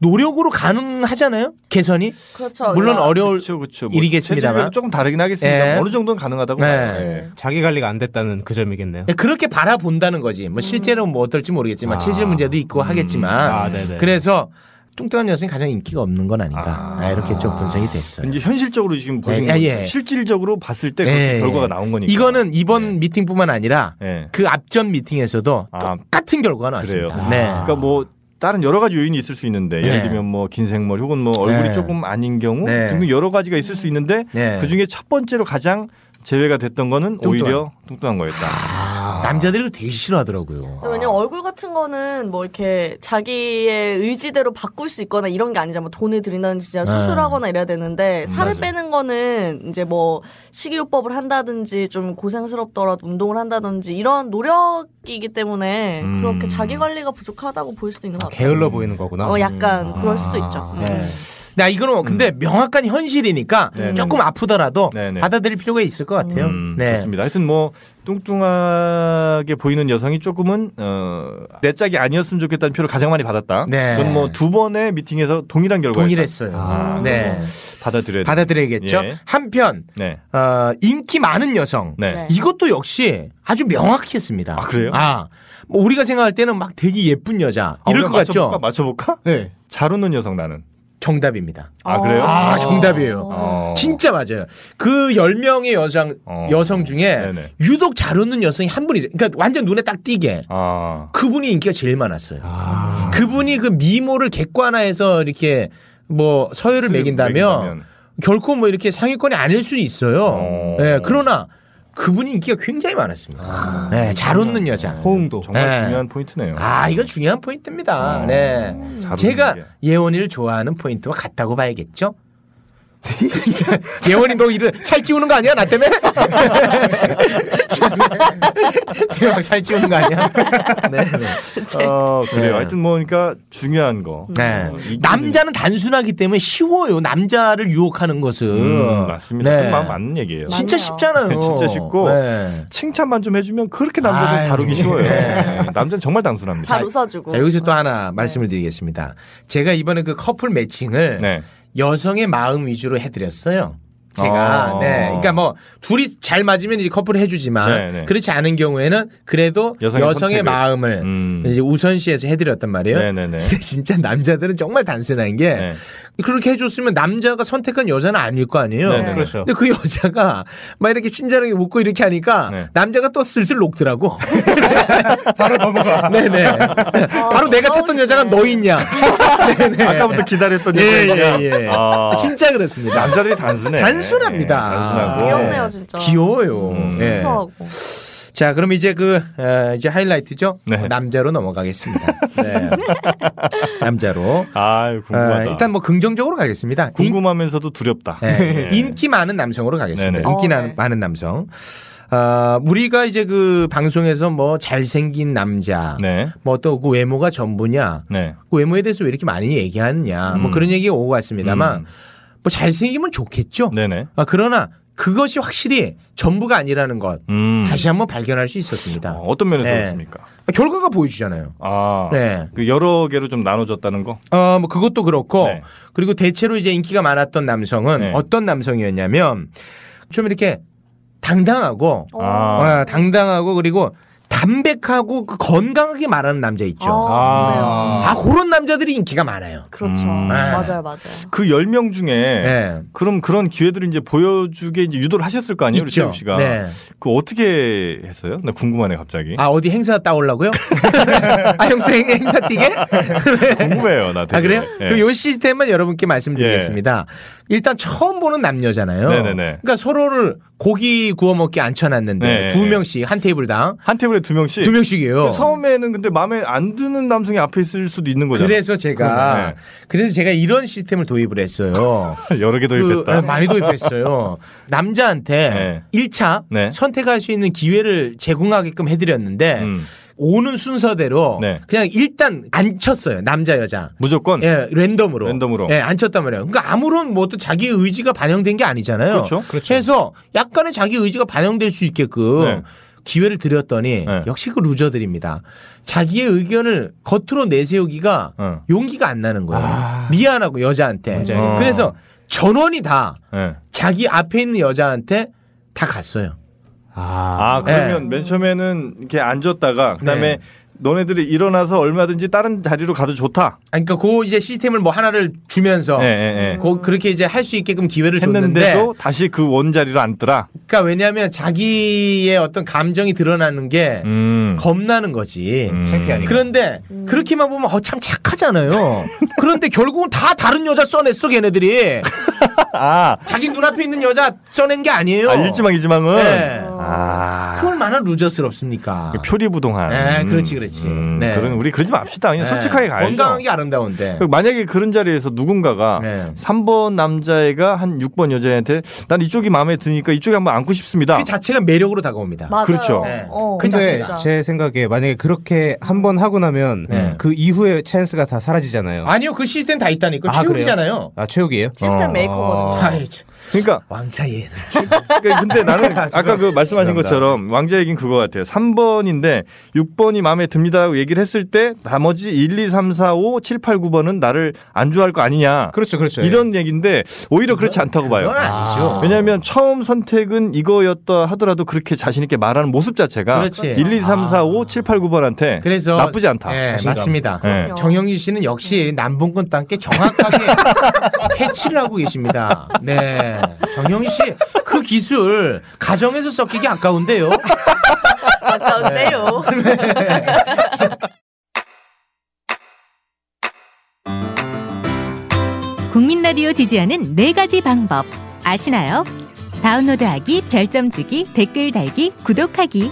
Speaker 6: 노력으로 가능하잖아요. 개선이.
Speaker 5: 그렇죠.
Speaker 6: 물론
Speaker 5: 그러니까
Speaker 6: 어려울
Speaker 7: 체질별로
Speaker 6: 일이겠습니다만 예. 네.
Speaker 7: 조금
Speaker 4: 뭐 다르긴 하겠습니다. 어느 정도는 가능하다고 봐요. 예.
Speaker 7: 자기 관리가 안 됐다는 그 점이겠네요.
Speaker 6: 예, 그렇게 바라본다는 거지.
Speaker 5: 음.
Speaker 6: 뭐 실제로 뭐 어떨지 모르겠지만
Speaker 7: 아.
Speaker 6: 체질 문제도 있고
Speaker 4: 음.
Speaker 6: 하겠지만
Speaker 7: 아, 네네.
Speaker 6: 그래서 뚱뚱한 여성이 가장 인기가 없는 건 아닌가 아, 이렇게 좀 분석이 됐어요.
Speaker 4: 이제 현실적으로 지금 보시는
Speaker 6: 예,
Speaker 4: 거죠.
Speaker 6: 예.
Speaker 4: 실질적으로 봤을 때 그렇게
Speaker 6: 예,
Speaker 4: 결과가
Speaker 6: 예.
Speaker 4: 나온 거니까. 네. 예.
Speaker 6: 이거는 이번 미팅뿐만 아니라 그 앞전 미팅에서도 똑같은 결과가
Speaker 4: 아. 그래요.
Speaker 6: 나왔습니다. 네.
Speaker 4: 그러니까 뭐 다른 여러 가지 요인이 있을 수 있는데
Speaker 6: 네.
Speaker 4: 예를 들면 뭐 긴생머리 혹은 뭐 얼굴이
Speaker 6: 네.
Speaker 4: 조금 아닌 경우
Speaker 6: 네.
Speaker 4: 등등 여러 가지가 있을 수 있는데
Speaker 6: 네.
Speaker 4: 그 중에 첫 번째로 가장 제외가 됐던 거는
Speaker 6: 뚱뚱한. 아,
Speaker 4: 오히려 뚱뚱한 거였다.
Speaker 6: 남자들이 그거 되게 싫어하더라고요.
Speaker 5: 왜냐면 얼굴 같은 거는 뭐 이렇게 자기의 의지대로 바꿀 수 있거나 이런 게 아니잖아. 뭐 돈을 들이는 진짜
Speaker 6: 네. 음,
Speaker 5: 수술하거나 이래야 되는데 살을
Speaker 6: 맞아요.
Speaker 5: 빼는 거는 이제 뭐 식이요법을 한다든지 좀 고생스럽더라도 운동을 한다든지 이런 노력이기 때문에
Speaker 6: 음.
Speaker 5: 그렇게 자기 관리가 부족하다고 볼 수도 있는 것 같아요.
Speaker 7: 게을러 보이는 거구나.
Speaker 5: 어, 약간 그럴 수도 있죠. 음.
Speaker 6: 네. 나
Speaker 4: 음.
Speaker 6: 이거는 근데 명확한 현실이니까
Speaker 4: 네.
Speaker 6: 조금 아프더라도 받아들일 필요가 있을 것 같아요. 네.
Speaker 4: 좋습니다. 음, 하여튼 뭐 뚱뚱하게 보이는 여성이 조금은 어, 내 짝이 아니었으면 좋겠다는 표를 가장 많이 받았다.
Speaker 6: 네.
Speaker 4: 저는 뭐두 번의 미팅에서 동일한 결과
Speaker 6: 동일했어요.
Speaker 4: 아,
Speaker 6: 네.
Speaker 4: 받아들여야
Speaker 6: 받아들여야겠죠.
Speaker 4: 예.
Speaker 6: 한편
Speaker 4: 네.
Speaker 6: 어, 인기 많은 여성
Speaker 4: 네.
Speaker 6: 이것도 역시 아주 명확했습니다. 아
Speaker 4: 그래요?
Speaker 6: 뭐 우리가 생각할 때는 막 되게 예쁜 여자 이럴
Speaker 4: 아, 우리가
Speaker 6: 것 같죠.
Speaker 4: 맞춰볼까? 맞춰볼까?
Speaker 6: 네.
Speaker 4: 잘 웃는 여성 나는.
Speaker 6: 정답입니다.
Speaker 4: 아 그래요?
Speaker 6: 아, 정답이에요.
Speaker 4: 어.
Speaker 6: 진짜 맞아요. 그 10명의 여성, 여성 중에 유독 잘 웃는 여성이 한 분이 있어요. 그러니까 완전 눈에 딱 띄게.
Speaker 4: 아.
Speaker 6: 그분이 인기가 제일 많았어요. 그분이 그 미모를 객관화해서 이렇게 뭐 서열을 매긴다면 결코 뭐 이렇게 상위권이 아닐 수 있어요. 예, 그러나 그분이 인기가 굉장히 많았습니다. 네, 잘 웃는 여자. 호응도
Speaker 4: 아, 정말 중요한 포인트네요.
Speaker 6: 아, 이건 중요한 포인트입니다.
Speaker 4: 어,
Speaker 6: 네.
Speaker 4: 잘
Speaker 6: 제가
Speaker 4: 웃는
Speaker 6: 예원이를 좋아하는 포인트와 같다고 봐야겠죠? 예원이 너 이를 살찌우는 거 아니야 나 때문에? 제가 살찌우는 거 아니야?
Speaker 4: 네, 어, 그래요.
Speaker 6: 네.
Speaker 4: 하여튼 뭐 그러니까 중요한 거.
Speaker 6: 네.
Speaker 4: 어,
Speaker 6: 남자는 단순하기 때문에 쉬워요. 남자를 유혹하는 것은.
Speaker 4: 음, 맞습니다. 그건 마- 맞는 얘기예요.
Speaker 6: 네. 진짜 쉽잖아요. 네.
Speaker 4: 진짜 쉽고 칭찬만 좀 해주면 그렇게 남자들
Speaker 6: 아유.
Speaker 4: 다루기 쉬워요.
Speaker 6: 네.
Speaker 4: 네, 남자는 정말 단순합니다.
Speaker 5: 잘 웃어주고.
Speaker 6: 자, 여기서 또 하나
Speaker 4: 네.
Speaker 6: 말씀을 드리겠습니다. 제가 이번에 그 커플 매칭을
Speaker 4: 네.
Speaker 6: 여성의 마음 위주로 해드렸어요. 제가
Speaker 4: 아.
Speaker 6: 네, 그러니까 뭐 둘이 잘 맞으면 이제 커플을 해주지만
Speaker 4: 네, 네.
Speaker 6: 그렇지 않은 경우에는 그래도 여성의,
Speaker 4: 여성의 선택을.
Speaker 6: 마음을 이제 우선시해서 해드렸단 말이에요.
Speaker 4: 네, 네, 네.
Speaker 6: 근데 진짜 남자들은 정말 단순한 게 그렇게 해줬으면 남자가 선택한 여자는 아닐 거 아니에요.
Speaker 4: 네, 네, 네. 그렇죠.
Speaker 6: 근데 그 여자가 막 이렇게 친절하게 웃고 이렇게 하니까
Speaker 4: 네.
Speaker 6: 남자가 또 슬슬 녹더라고. 바로 넘어가. 네네. 바로 내가 찾던 여자가 너 있냐. 네,
Speaker 4: 네. 아까부터 기다렸던
Speaker 6: 예,
Speaker 4: 여자가.
Speaker 6: 예, 예.
Speaker 4: 아.
Speaker 6: 진짜 그렇습니다.
Speaker 4: 남자들이 단순해. 네,
Speaker 6: 단순합니다.
Speaker 4: 단순하고.
Speaker 5: 아,
Speaker 4: 음.
Speaker 5: 귀엽네요, 진짜.
Speaker 6: 귀여워요. 예.
Speaker 5: 순수하고.
Speaker 6: 자, 그럼 이제 그 어, 이제 하이라이트죠.
Speaker 4: 네.
Speaker 6: 어, 남자로 넘어가겠습니다. 네. 남자로.
Speaker 4: 아, 궁금하다.
Speaker 6: 일단 뭐 긍정적으로 가겠습니다.
Speaker 4: 궁금하면서도 두렵다.
Speaker 6: 네. 인기 많은 남성으로 가겠습니다.
Speaker 4: 네네.
Speaker 6: 인기
Speaker 4: 어,
Speaker 6: 나- 많은 남성. 아, 우리가 이제 그 방송에서 뭐 잘생긴 남자,
Speaker 4: 네.
Speaker 6: 뭐 또 그 외모가 전부냐, 그 외모에 대해서 왜 이렇게 많이 얘기하느냐,
Speaker 4: 음.
Speaker 6: 뭐 그런 얘기가 오고 갔습니다만,
Speaker 4: 음. 네.
Speaker 6: 뭐 잘생기면 좋겠죠. 아, 그러나 그것이 확실히 전부가 아니라는 것 다시 한번 발견할 수 있었습니다. 어,
Speaker 4: 음. 어떤 면에서 그렇습니까?
Speaker 6: 결과가 보여주잖아요.
Speaker 4: 아,
Speaker 6: 네.
Speaker 4: 그 여러 개로 좀 나눠졌다는 거.
Speaker 6: 어, 뭐 그것도 그렇고
Speaker 4: 네.
Speaker 6: 그리고 대체로 이제 인기가 많았던 남성은 어떤 남성이었냐면 좀 이렇게 당당하고
Speaker 4: 아.
Speaker 6: 어, 당당하고 그리고 담백하고 그 건강하게 말하는 남자 있죠.
Speaker 4: 아,
Speaker 6: 아, 그런 남자들이 인기가 많아요.
Speaker 5: 그렇죠.
Speaker 4: 음.
Speaker 5: 맞아요, 맞아요.
Speaker 4: 그 10명 중에
Speaker 6: 네. 예.
Speaker 4: 그럼 그런 기회들을 이제 보여주게 이제 유도를 하셨을 거 아니에요, 우리
Speaker 6: 있죠.
Speaker 4: 최욱 씨가.
Speaker 6: 네.
Speaker 4: 그 어떻게 했어요? 나 궁금하네 갑자기.
Speaker 6: 아, 어디 행사 따오려고요? 아, 형사 행- 행사 뛰게? 네.
Speaker 4: 궁금해요, 나 되게.
Speaker 6: 아, 그래요?
Speaker 4: 예.
Speaker 6: 그럼 요 시스템만 여러분께 말씀드리겠습니다. 일단 처음 보는 남녀잖아요.
Speaker 4: 네네네.
Speaker 6: 그러니까 서로를 고기 구워 먹기 앉혀놨는데
Speaker 4: 네. 그
Speaker 6: 두 명씩 한 테이블당
Speaker 4: 한 테이블에 두 명씩
Speaker 6: 두 명씩이에요.
Speaker 4: 처음에는 근데 마음에 안 드는 남성이 앞에 있을 수도 있는 거잖아요.
Speaker 6: 그래서 제가 그래서 제가 이런 시스템을 도입을 했어요.
Speaker 4: 여러 개 도입했다. 네.
Speaker 6: 네, 많이 도입했어요. 남자한테 1차 선택할 수 있는 기회를 제공하게끔 해드렸는데
Speaker 4: 음.
Speaker 6: 오는 순서대로
Speaker 4: 네.
Speaker 6: 그냥 일단 안 쳤어요. 남자 여자.
Speaker 4: 무조건
Speaker 6: 예, 랜덤으로.
Speaker 4: 랜덤으로.
Speaker 6: 예, 안 쳤단 말이에요. 그러니까 아무런 뭐 또 자기 의지가 반영된 게 아니잖아요.
Speaker 4: 그렇죠.
Speaker 6: 래서 약간의 자기 의지가 반영될 수 있게끔
Speaker 4: 네.
Speaker 6: 기회를 드렸더니 역시 그 루저들입니다. 자기의 의견을 겉으로 내세우기가
Speaker 4: 네.
Speaker 6: 용기가 안 나는 거예요.
Speaker 4: 아.
Speaker 6: 미안하고 여자한테. 네.
Speaker 4: 뭔지 알겠다.
Speaker 6: 그래서 전원이 다
Speaker 4: 예.
Speaker 6: 자기 앞에 있는 여자한테 다 갔어요.
Speaker 4: 아, 그러면 맨 처음에는 이렇게 앉았다가 그다음에
Speaker 6: 네.
Speaker 4: 너네들이 일어나서 얼마든지 다른 자리로 가도 좋다.
Speaker 6: 아니, 그러니까 그 이제 시스템을 뭐 하나를 주면서
Speaker 4: 예, 예, 예.
Speaker 6: 고- 그렇게 이제 할 수 있게끔 기회를 줬는데
Speaker 4: 했는데도 다시 그 원자리로 앉더라.
Speaker 6: 그러니까 왜냐하면 자기의 어떤 감정이 드러나는 게
Speaker 4: 음.
Speaker 6: 네. 겁나는 거지.
Speaker 4: 창피하니까. 음.
Speaker 6: 그런데 그렇게만 보면 어, 참 착하잖아요. 그런데 결국은 다 다른 여자 써냈어 걔네들이. 자기 눈앞에 있는 여자 써낸 게 아니에요.
Speaker 4: 아, 일지망 이지망은
Speaker 6: 네.
Speaker 4: 아.
Speaker 6: 그걸 얼마나 루저스럽습니까?
Speaker 4: 그 표리부동한.
Speaker 6: 네, 그렇지, 그렇지.
Speaker 4: 음,
Speaker 6: 네.
Speaker 4: 그런 우리 그러지 맙시다. 그냥
Speaker 6: 네.
Speaker 4: 솔직하게 가야죠.
Speaker 6: 건강한 게 네. 아름다운데.
Speaker 4: 그리고 만약에 그런 자리에서 누군가가 3번 남자애가 한 6번 여자애한테 난 이쪽이 마음에 드니까 이쪽에 한번 앉고 싶습니다. 그
Speaker 6: 자체가 매력으로 다가옵니다.
Speaker 5: 맞아요.
Speaker 4: 그렇죠.
Speaker 5: 네. 어,
Speaker 7: 근데
Speaker 5: 진짜.
Speaker 7: 제 생각에 만약에 그렇게 한 번 하고 나면
Speaker 4: 네.
Speaker 7: 그 이후에 찬스가 다 사라지잖아요.
Speaker 6: 아니요, 그 시스템 다 있다니까.
Speaker 7: 아,
Speaker 6: 최후이잖아요.
Speaker 7: 그래요? 아, 최욱이에요?
Speaker 4: 어.
Speaker 5: 시스템 메이커거든요.
Speaker 6: 아이,
Speaker 4: 그러니까
Speaker 6: 왕자 얘는.
Speaker 4: 근데 나는 아까 그 말씀하신
Speaker 6: 죄송합니다.
Speaker 4: 것처럼 왕자 얘기는 그거 같아요. 3번인데 6번이 마음에 듭니다라고 얘기를 했을 때 나머지 1, 2, 3, 4, 5, 7, 8, 9번은 나를 안 좋아할 거 아니냐.
Speaker 7: 그렇죠, 그렇죠.
Speaker 4: 이런 얘기인데 오히려 그렇지 않다고 봐요.
Speaker 6: 그건 아니죠.
Speaker 4: 왜냐하면 처음 선택은 이거였다 하더라도 그렇게 자신 있게 말하는 모습 자체가
Speaker 6: 그렇지. 아.
Speaker 4: 1, 2, 3, 4, 5, 7, 8, 9번한테
Speaker 6: 그래서
Speaker 4: 네. 나쁘지 않다.
Speaker 6: 예,
Speaker 4: 자신감.
Speaker 6: 맞습니다.
Speaker 4: 예.
Speaker 6: 정영진 씨는 역시 남봉꾼 땅께 정확하게 캐치를 하고 계십니다. 네, 정영진 씨그 기술 가정에서 섞이기 아까운데요. 네.
Speaker 5: 아까운데요.
Speaker 14: 국민 라디오 지지하는 네 가지 방법 아시나요? 다운로드하기, 별점 주기, 댓글 달기, 구독하기.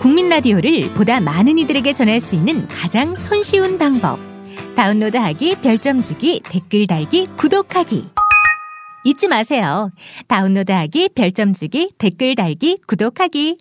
Speaker 14: 국민 라디오를 보다 많은 이들에게 전할 수 있는 가장 손쉬운 방법. 다운로드하기, 별점 주기, 댓글 달기, 구독하기. 잊지 마세요. 다운로드하기, 별점 주기, 댓글 달기, 구독하기.